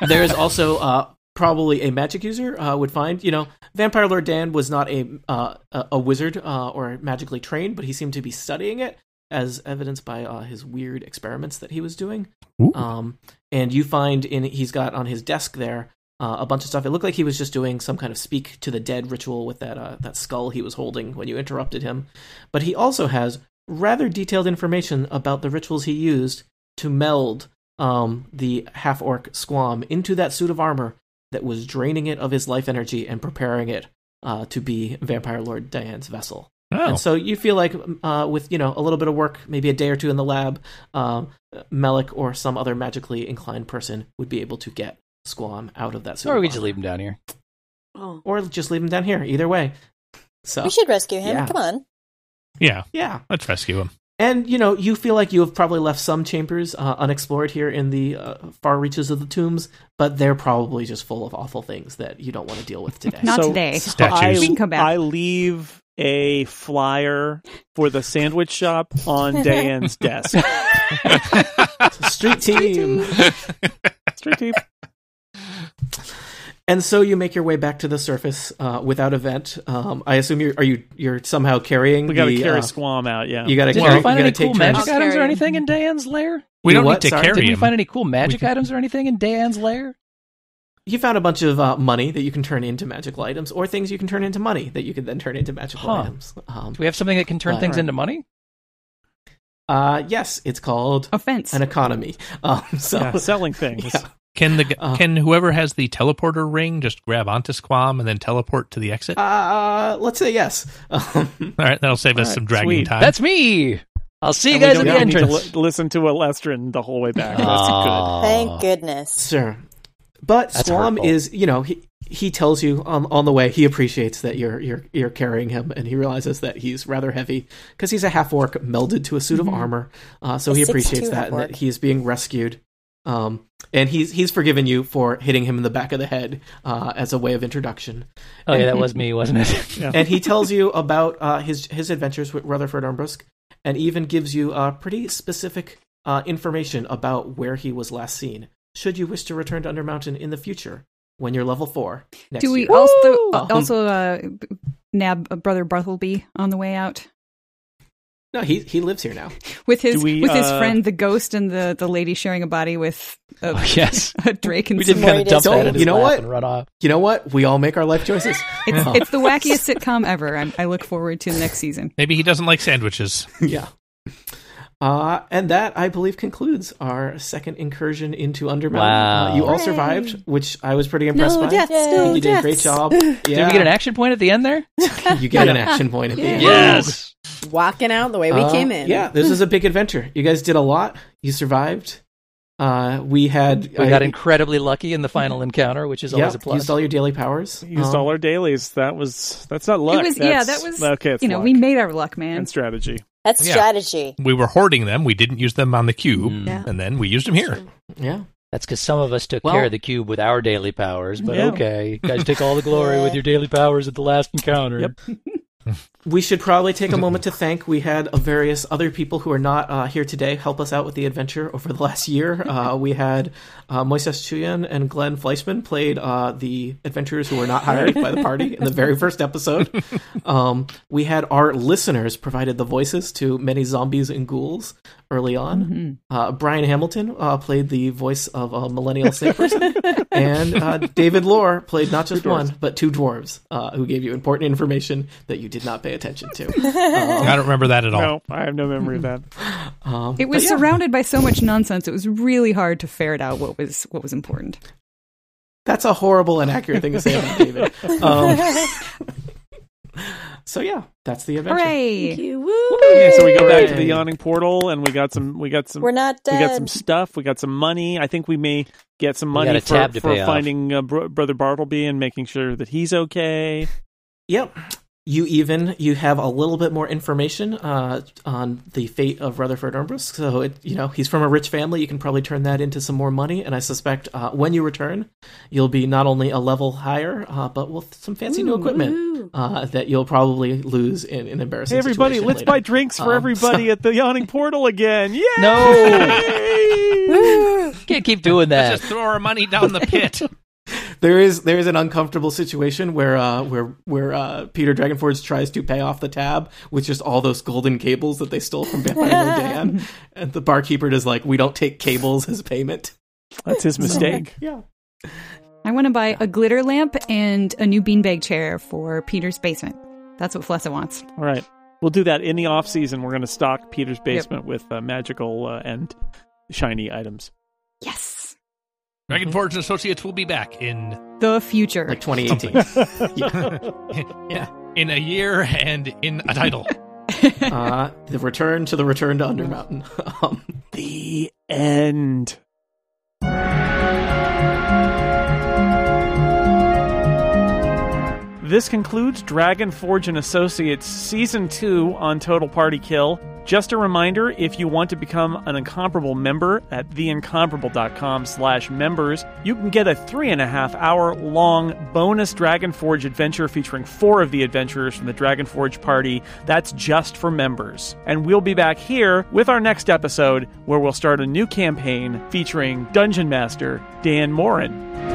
Speaker 2: there is also uh, probably a magic user uh, would find you know vampire lord dan was not a uh, a a wizard uh, or magically trained but he seemed to be studying it as evidenced by uh, his weird experiments that he was doing
Speaker 5: Ooh.
Speaker 2: um, and you find in he's got on his desk there uh, a bunch of stuff it looked like he was just doing some kind of speak to the dead ritual with that uh, that skull he was holding when you interrupted him but he also has rather detailed information about the rituals he used to meld um, the half orc Squam into that suit of armor that was draining it of his life energy and preparing it uh, to be Vampire Lord Diane's vessel.
Speaker 5: Oh,
Speaker 2: And so you feel like, uh, with you know a little bit of work, maybe a day or two in the lab, um, Melek or some other magically inclined person would be able to get Squam out of that suit.
Speaker 6: Or
Speaker 2: of
Speaker 6: we just
Speaker 2: armor.
Speaker 6: leave him down here.
Speaker 4: Oh,
Speaker 2: or just leave him down here. Either way, so
Speaker 8: We should rescue him.
Speaker 2: Yeah.
Speaker 8: Come on.
Speaker 5: yeah.
Speaker 2: yeah.
Speaker 5: Let's rescue him.
Speaker 2: And you know, you feel like you have probably left some chambers uh, unexplored here in the uh, far reaches of the tombs, but they're probably just full of awful things that you don't want to deal with today.
Speaker 3: Not
Speaker 1: So-
Speaker 3: today.
Speaker 5: Statues.
Speaker 1: I,
Speaker 3: We can come back.
Speaker 1: I leave a flyer for the sandwich shop on Dan's desk.
Speaker 2: Street team.
Speaker 1: Street team.
Speaker 2: and so you make your way back to the surface uh, without a vent. Um, I assume you're are you you're somehow carrying.
Speaker 1: We got to
Speaker 2: the,
Speaker 1: carry
Speaker 2: uh,
Speaker 1: Squam out, yeah.
Speaker 2: You got to
Speaker 6: Did
Speaker 2: carry.
Speaker 6: we find
Speaker 2: you
Speaker 6: any
Speaker 2: gotta take
Speaker 6: cool
Speaker 2: turns.
Speaker 6: magic
Speaker 4: I'll
Speaker 6: items or
Speaker 4: carry.
Speaker 6: anything in Diane's lair?
Speaker 5: we
Speaker 2: You
Speaker 5: don't
Speaker 2: what?
Speaker 5: need to
Speaker 2: Sorry,
Speaker 5: carry
Speaker 6: Did we
Speaker 5: him.
Speaker 6: find any cool magic
Speaker 5: can-
Speaker 6: items or anything in Diane's lair?
Speaker 2: You found a bunch of uh, money that you can turn into magical items, or things you can turn into money that you can then turn into magical
Speaker 6: Huh.
Speaker 2: items. Um,
Speaker 6: Do we have something that can turn
Speaker 2: Uh,
Speaker 6: things
Speaker 2: right.
Speaker 6: into money?
Speaker 2: uh, yes, it's called
Speaker 3: Offense.
Speaker 2: an economy. Um, so
Speaker 1: Yeah, selling things.
Speaker 2: Yeah.
Speaker 5: Can the g
Speaker 2: Uh.
Speaker 5: can whoever has the teleporter ring just grab onto Squam and then teleport to the exit?
Speaker 2: Uh, let's say yes. Um,
Speaker 5: All right, that'll save us
Speaker 2: all right,
Speaker 5: some dragging
Speaker 1: sweet.
Speaker 5: time.
Speaker 6: That's me. I'll see you
Speaker 1: And we
Speaker 6: guys
Speaker 1: don't
Speaker 6: at the
Speaker 1: even need to
Speaker 6: entrance. Ah.
Speaker 1: li- listen to Alestrin the whole way back. That's good.
Speaker 6: Aw.
Speaker 8: Thank goodness.
Speaker 2: sure. But
Speaker 6: That's
Speaker 2: Squam
Speaker 6: hurtful.
Speaker 2: is, you know, he he tells you on on the way he appreciates that you're you're you're carrying him, and he realizes that he's rather heavy because he's a half orc melded to a suit
Speaker 6: Mm-hmm.
Speaker 2: of armor. Uh, so
Speaker 8: A
Speaker 2: he
Speaker 8: 6'2"
Speaker 2: appreciates that, and
Speaker 8: half-orc.
Speaker 2: that he is being rescued. Um, and he's he's forgiven you for hitting him in the back of the head uh, as a way of introduction.
Speaker 6: Oh yeah, that was me, wasn't it?
Speaker 2: and he tells you about uh, his his adventures with Rutherford Armbrusk, and even gives you uh, pretty specific uh, information about where he was last seen. Should you wish to return to Undermountain in the future, when you're level four next
Speaker 3: Do we
Speaker 2: year.
Speaker 3: also
Speaker 2: Woo! Um,
Speaker 3: uh, also uh, b- nab uh, brother Bartleby on the way out
Speaker 2: No, he he lives here now.
Speaker 3: with his
Speaker 1: Do we,
Speaker 3: with his
Speaker 1: uh,
Speaker 3: friend the ghost and the the lady sharing a body with a,
Speaker 6: Oh, yes.
Speaker 3: a drake and
Speaker 6: We
Speaker 3: some
Speaker 6: did kind of
Speaker 8: Raiders
Speaker 6: dump
Speaker 2: don't-
Speaker 6: that in his
Speaker 2: you know
Speaker 6: lap
Speaker 2: what?
Speaker 6: and run off.
Speaker 2: You know what? We all make our life choices.
Speaker 3: It's, it's the wackiest sitcom ever. I'm, I look forward to the next season.
Speaker 5: Maybe he doesn't like sandwiches.
Speaker 2: yeah. Uh, and that I believe concludes our second incursion into Undermountain.
Speaker 6: Wow.
Speaker 2: Uh, you all
Speaker 8: Hooray.
Speaker 2: survived, which I was pretty impressed by.
Speaker 7: deaths,
Speaker 8: Yay.
Speaker 2: I
Speaker 8: no
Speaker 2: think you did a great
Speaker 7: deaths.
Speaker 2: job.
Speaker 6: Did
Speaker 2: Yeah,
Speaker 6: we get an action point at the end there?
Speaker 2: you get an action point at the end.
Speaker 6: Yes.
Speaker 7: Walking out the way we
Speaker 2: Uh,
Speaker 7: came in.
Speaker 2: Yeah, this is a big adventure. You guys did a lot. You survived. Uh, we had
Speaker 6: We got
Speaker 2: I
Speaker 6: incredibly lucky in the final encounter, which is always a
Speaker 2: yeah,
Speaker 6: plus.
Speaker 2: used all your daily powers.
Speaker 1: Used
Speaker 2: Um,
Speaker 1: all our dailies. That was that's not luck.
Speaker 3: it was yeah,
Speaker 1: that's,
Speaker 3: that was
Speaker 1: okay. It's
Speaker 3: you know,
Speaker 1: luck
Speaker 3: we made our luck, man.
Speaker 1: and strategy.
Speaker 8: That's
Speaker 5: Yeah.
Speaker 8: strategy.
Speaker 5: We were hoarding them. We didn't use them on the cube,
Speaker 6: Mm.
Speaker 4: Yeah.
Speaker 5: and then we used them here.
Speaker 2: Yeah.
Speaker 6: That's because some of us took
Speaker 2: Well-
Speaker 6: care of the cube with our daily powers, but
Speaker 1: Yeah.
Speaker 6: okay. You guys take all the glory with your daily powers at the last encounter.
Speaker 1: Yep.
Speaker 2: We should probably take a moment to thank. We had uh, various other people who are not uh, here today help us out with the adventure over the last year. Uh, we had uh, Moises Chuyan and Glenn Fleischman played uh, the adventurers who were not hired by the party in the very first episode. Um, we had our listeners provided the voices to many zombies and ghouls early on. Uh, Brian Hamilton uh, played the voice of a millennial safe person, and uh, David Lore played not just one but two dwarves uh, who gave you important information that you did not pay attention to.
Speaker 5: I don't remember that at
Speaker 6: Oh.
Speaker 5: all.
Speaker 1: No, I have no memory of that.
Speaker 2: Um,
Speaker 3: It
Speaker 2: but
Speaker 3: was
Speaker 2: yeah.
Speaker 3: surrounded by so much nonsense. It was really hard to ferret out what was what was important.
Speaker 2: That's a horrible and accurate thing to say about David. Um, so yeah, that's the adventure.
Speaker 4: Thank
Speaker 3: Hooray!
Speaker 4: you.
Speaker 1: Okay, so we go back to
Speaker 2: Hooray.
Speaker 1: the yawning portal, and we got some. We got some.
Speaker 8: We're not
Speaker 1: we
Speaker 8: done.
Speaker 1: got some stuff. We got some money. I think we may get some
Speaker 6: got
Speaker 1: money
Speaker 6: a tab
Speaker 1: for,
Speaker 6: to
Speaker 1: for
Speaker 6: pay off.
Speaker 1: finding uh, bro- brother Bartleby and making sure that he's okay.
Speaker 2: Yep. You even you have a little bit more information uh, on the fate of Rutherford Armbrust. So it, you know he's from a rich family. You can probably turn that into some more money. And I suspect uh, when you return, you'll be not only a level higher, uh, but with some fancy new equipment
Speaker 4: Woohoo.
Speaker 2: uh, that you'll probably lose in an embarrassing.
Speaker 1: Hey everybody,
Speaker 2: situation
Speaker 1: let's
Speaker 2: later.
Speaker 1: buy drinks for
Speaker 2: Um,
Speaker 1: everybody at the yawning portal again. Yeah.
Speaker 6: No! Can't keep doing that.
Speaker 5: Let's just throw our money down the pit.
Speaker 2: there is there is an uncomfortable situation where uh, where where uh, Peter Dragonforge tries to pay off the tab with just all those golden cables that they stole from Vampire Dan, and the barkeeper is like, "We don't take cables as payment."
Speaker 1: That's his mistake.
Speaker 2: Yeah,
Speaker 3: I want to buy a glitter lamp and a new beanbag chair for Peter's basement. That's what Flessa wants.
Speaker 1: All right. We'll do that in the off season. We're going to stock Peter's basement with uh, magical uh, and shiny items.
Speaker 3: Yes,
Speaker 5: Dragon Forge and Associates will be back in
Speaker 3: the future.
Speaker 2: like 2018. Yeah.
Speaker 5: in a year and in a title.
Speaker 2: uh, the return to the return to Undermountain. um,
Speaker 1: The end. This concludes Dragon Forge and Associates Season 2 on Total Party Kill. Just a reminder, if you want to become an Incomparable member at theincomparable.com slash members, you can get a three and a half hour long bonus Dragon Forge adventure featuring four of the adventurers from the Dragon Forge party. That's just for members. And we'll be back here with our next episode where we'll start a new campaign featuring Dungeon Master Dan Morin.